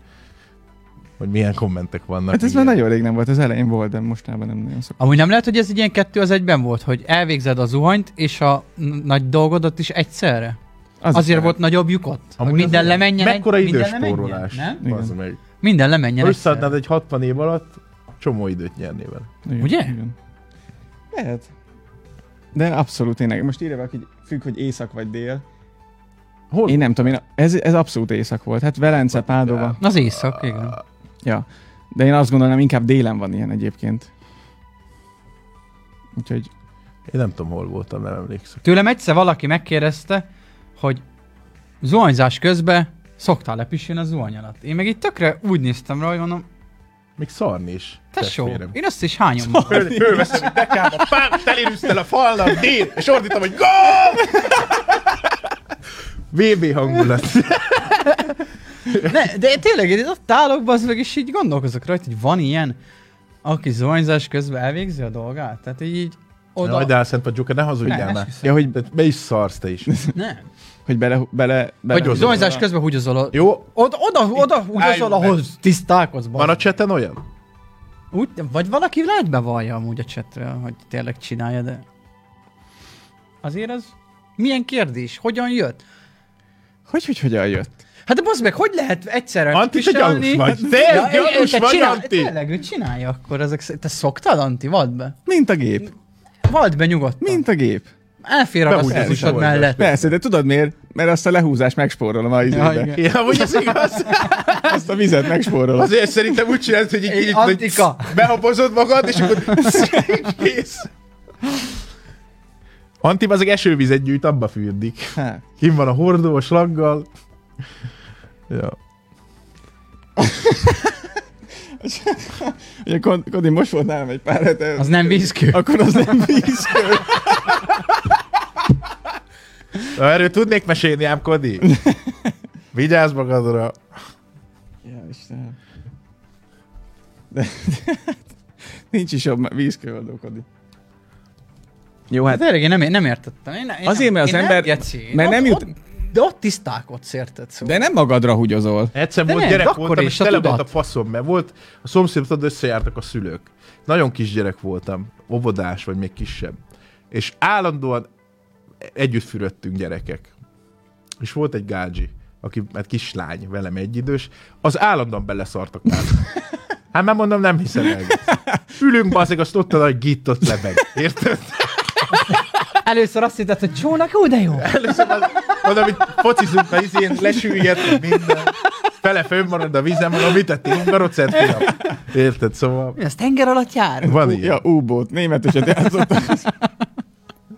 hogy milyen kommentek vannak.
Hát ez
igen.
már nagyon rég nem volt, az elején volt, de mostában nem nagyon szoktam.
Amúgy nem lehet, hogy ez egy ilyen kettő az egyben volt, hogy elvégzed a zuhanyt és a n- nagy dolgodat is egyszerre?
Az
Azért
is
volt nagyobb lyukott? Hogy
Amúgy az
minden
egy-
lemenjen egy-
Mekkora
minden
időspórolás?
lemenjen, Nem?
Igen.
Bazd meg.
Minden lemenjen
Ha
egyszerre.
összeadnád egy 60 év alatt, csomó időt nyernél vele.
Igen,
Ugye?
Igen. Lehet. De abszolút tényleg. Most írja valaki, hogy függ, hogy észak vagy dél.
Hol?
Én nem tudom, én, ez, ez abszolút észak volt. Hát Velence, Pádova.
Az éjszak, igen.
Ja. De én azt gondolom, inkább délen van ilyen egyébként. Úgyhogy
Én nem tudom, hol voltam, nem emlékszem.
Tőlem egyszer valaki megkérdezte, hogy zuhanyzás közben szoktál lepisülni a zuhany alatt. Én meg itt tökre úgy néztem rá, hogy mondom,
Még szarni is.
tesó,
testvérem. Szóval-
én azt is hányom magam.
Föl- Fölveszem egy dekába, pám, telérűztel a falnak, dét, és ordítom, hogy gól! VB hangulat.
Ne, de tényleg, én ott állok, bazd meg, és így gondolkozok rajta, hogy van ilyen, aki zuhanyzás közben elvégzi a dolgát. Tehát így <laughs> oda...
Oda. de álszent vagy Gyuka, ne hazudjál
Nem,
már.
esküszöm.
Ja, hogy,
Tehát Be is szarsz te is.
Nem.
hogy bele, bele, bele
Vagy Zuhanyzás
Zuhanyzás közben húgyozol a...
Jó,
Oda, oda, oda húgyozol,
álljunk meg.
ahhoz tisztálkozz, bazd
van a cseten olyan?
Úgy, vagy valaki lehet bevallja amúgy a csetre, hogy tényleg csinálja, de... Azért az... Milyen kérdés? Hogyan jött?
Hogy, hogy hogyan jött?
Hát de bazd meg, hogy lehet egyszerre
Anti, te
viselni?
gyanús vagy. Te gyanús
te
vagy,
csinál,
Anti.
Tényleg, ő csinálja akkor ezek szerint. Te szoktad, Anti? Vadd be.
Mint a gép.
Vadd be nyugodtan.
Mint a gép.
Elfér a
Behúgyozza
rasszizmusod
volna.
mellett.
Persze, de tudod miért? Mert azt a lehúzást megspórolom a
igen.
időbe.
Ja, hogy ez igaz?
Azt a vizet megspórolom.
Azért szerintem úgy csinálsz, hogy így,
Egy
így
antika.
hogy behapozod magad, és akkor kész. Anti, azok esővizet gyűjt, abba fürdik.
Hát.
Kim van a hordó, a slaggal. Ja.
Ugye Kon- Kodi most volt nálam egy pár hete.
Az nem vízkő.
Akkor az nem víz.
Na, erről tudnék mesélni ám, <laughs> Kodi? Vigyázz magadra.
Ja, Istenem. De, nincs is jobb vízköldő, Kodi. Jó,
Hát tényleg én nem, nem értettem. Én, én nem,
Azért, mert az
én
ember-
Nem, geci.
mert
Ott-
nem jut-
Ott, de ott tisztálkodsz, érted? Szóval.
De nem magadra hugyozol.
Egyszer
De
volt
nem,
gyerek
akkor
voltam,
is
és
a
tele volt a
tudat.
faszom, mert volt, a szomszédot összejártak a szülők. Nagyon kisgyerek voltam, óvodás, vagy még kisebb. És állandóan együtt fürödtünk gyerekek. És volt egy gádzsi, aki, mert kislány, velem egyidős, az állandóan beleszartak
<laughs>
már. Hát már mondom, nem hiszem el. Ülünk, bazzik, azt ott a nagy gittot lebeg. Érted?
Először azt hitted, hogy csónak, ó, de jó.
Először az, mondom, hogy focizunk a izén, lesüllyed minden. Fele fönn marad a vízen, mondom, mit tettél? Marad szent fiam. Érted, szóval
Mi az tenger alatt jár?
van
Ú, ja,
ilyen.
U-bót, német, hogyha játszottam. <laughs>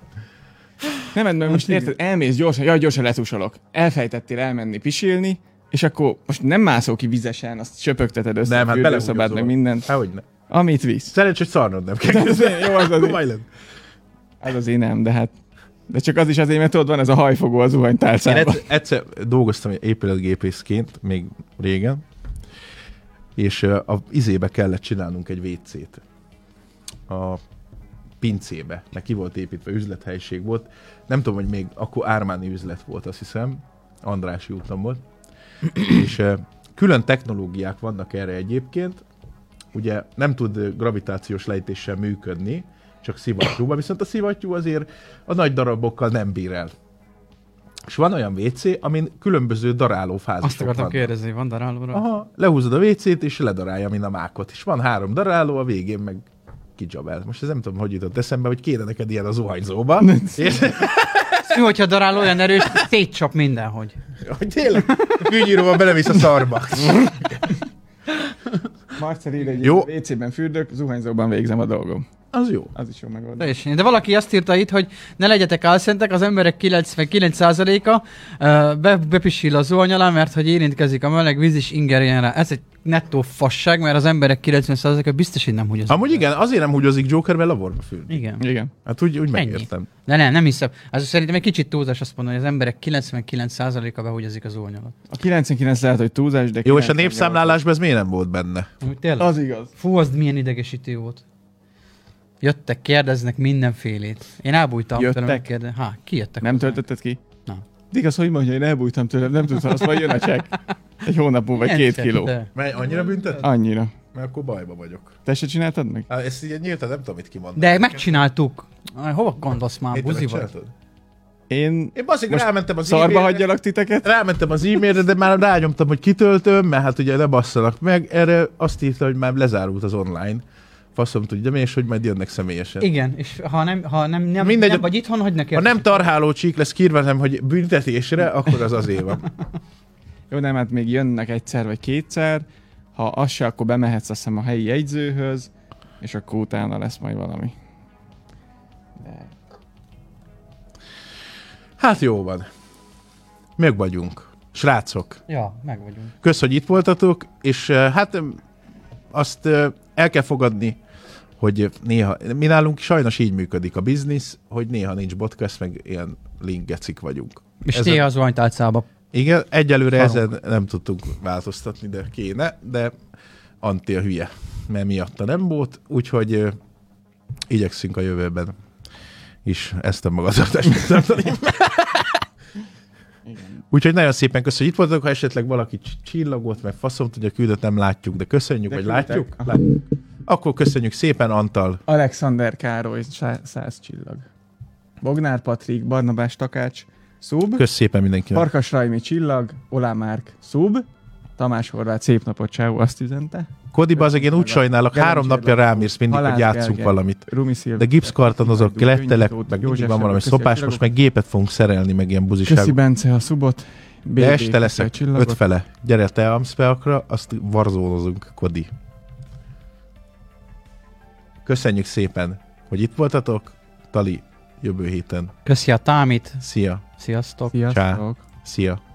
Nem, mert most érted, elmész gyorsan, jaj, gyorsan letusolok. Elfejtettél elmenni pisilni, és akkor most nem mászol ki vizesen, azt söpögteted össze,
Nem, hát
fürdőszobát,
belehúgyozol.
meg mindent,
Hogy ne.
amit visz.
Szerencs, hogy szarnod nem kell.
<laughs> Jó, az az,
Baj lett.
az azért nem, de hát de csak az is azért, mert tudod, van ez a hajfogó az
Én
zuhanytálcában.
egyszer, egyszer dolgoztam épületgépészként, még régen, és ö, a izébe kellett csinálnunk egy WC-t. A pincébe, mert ki volt építve, üzlethelyiség volt. Nem tudom, hogy még akkor Ármáni üzlet volt, azt hiszem. Andrási úton volt. és ö, külön technológiák vannak erre egyébként. Ugye nem tud ö, gravitációs lejtéssel működni, csak szivattyúban, viszont a szivattyú azért a nagy darabokkal nem bír el. És van olyan WC, amin különböző daráló fázisok
Azt akartam
vannak.
kérdezni, hogy van darálóra?
Aha, lehúzod a WC-t, és ledarálja, mint a mákot. És van három daráló, a végén meg kicsabál. Most ez nem tudom, hogy jutott eszembe, hogy kéne neked ilyen a
<laughs>
zuhanyzóba. És,
Mi, hogyha a daráló olyan erős, szétcsap mindenhogy.
hogy tényleg, fűnyíróval belevisz a
<laughs>
szarba.
<laughs> Marcel ír egy
Jó.
jó. WC-ben fürdök, zuhanyzóban végzem a dolgom.
Az jó.
Az is jó
De,
megoldás.
is, de valaki azt írta itt, hogy ne legyetek álszentek, az emberek 99%-a ö, be, bepisil a zuhany alá, mert hogy érintkezik a meleg víz és ingerjen rá. Ez egy nettó fasság, mert az emberek 90%-a biztos, hogy nem húgyozik.
Amúgy igen, azért nem húgyozik Joker, mert laborba fürd.
Igen.
Igen.
Hát úgy, úgy
Ennyi.
megértem.
De nem, nem hiszem. Az szerintem egy kicsit túlzás azt mondani, hogy az emberek 99%-a behúgyozik az új alatt.
A 99 lehet, hogy túlzás, de
Jó, és a
98.
népszámlálásban ez miért nem volt benne?
Amúgy tényleg?
Az igaz.
Fú, az milyen idegesítő volt. Jöttek, kérdeznek mindenfélét. Én elbújtam.
Jöttek?
tőlem, Kérde... Há, ki jöttek?
Nem
hozzám?
töltötted ki?
Nem.
Igaz, hogy mondja, én elbújtam tőlem, nem tudtam, azt majd jön a csekk. Egy hónap múlva,
Milyen
két
csekk,
kiló.
de?
Mely, annyira büntet?
Annyira.
Mert akkor bajba vagyok.
Te se csináltad meg?
Á, ezt így nyíltan nem tudom, mit kimondani.
De megcsináltuk. Aj, Hova gondolsz már,
Én te
buzi vagy?
megcsináltad?
Én
Én baszik,
Most
rámentem az
szarba
e-mailre.
hagyjalak titeket?
Rámentem az e-mailre, de már rányomtam, hogy kitöltöm, mert hát ugye ne basszanak meg. Erre azt írta, hogy már lezárult az online. Faszom tudja mi, és hogy majd jönnek személyesen.
Igen, és ha nem, ha nem, nem,
Mindegy,
Mindegy, nem
a-
vagy itthon, hagyd neki.
Ha nem tarháló csík lesz kírva, hanem hogy büntetésre, akkor az azért
<laughs>
van.
Jó, nem, hát még jönnek egyszer vagy kétszer. Ha az se, akkor bemehetsz azt hiszem a helyi jegyzőhöz, és akkor utána lesz majd valami. De
Hát jó van. Meg vagyunk. Srácok,
Ja, meg vagyunk.
kösz, hogy itt voltatok, és eh, hát em, azt eh, el kell fogadni, hogy néha, mi nálunk sajnos így működik a biznisz, hogy néha nincs podcast, meg ilyen linkgecik vagyunk.
És
Ez a-
ti az aranytálcába.
Igen, egyelőre
Farok.
ezen nem tudtunk változtatni, de kéne, de Anti a hülye, mert miatta nem volt, úgyhogy ö, igyekszünk a jövőben is ezt a magatartást megtartani. Úgyhogy nagyon szépen köszönjük, hogy itt voltatok, ha esetleg valaki cs- csillagot, meg faszom tudja küldött, nem látjuk, de köszönjük,
De
vagy
küldtek.
látjuk.
Aha.
látjuk. Akkor köszönjük szépen, Antal.
Alexander Károly, szá- száz csillag. Bognár Patrik, Barnabás Takács, Szub.
Kösz szépen mindenkinek.
Farkas Rajmi Csillag, Olá Márk Szub, Tamás Horváth szép napot, csáó, azt üzente.
Kodi, bazeg, én úgy
Meg a
sajnálok,
Gerencs
három napja
Érlakó,
rám írsz mindig, hogy
Halász
játszunk
Gergely.
valamit.
Rumi Szilva.
De gipszkarton azok
Kiváltó,
lettelek,
Gyöngyöt,
meg
József
mindig van valami
Sándor, köszi a
szopás, most
csillagot.
meg gépet fogunk szerelni, meg ilyen
Köszi
buziság.
Bence a szubot. BB,
De este leszek,
köszi a csillagot.
ötfele. Gyere te Amspeakra, azt varzónozunk, Kodi. Köszönjük szépen, hogy itt voltatok. Tali, jövő héten.
Köszi a támit.
Szia,
Sziasztok.
Sziasztok.
Csá. szia.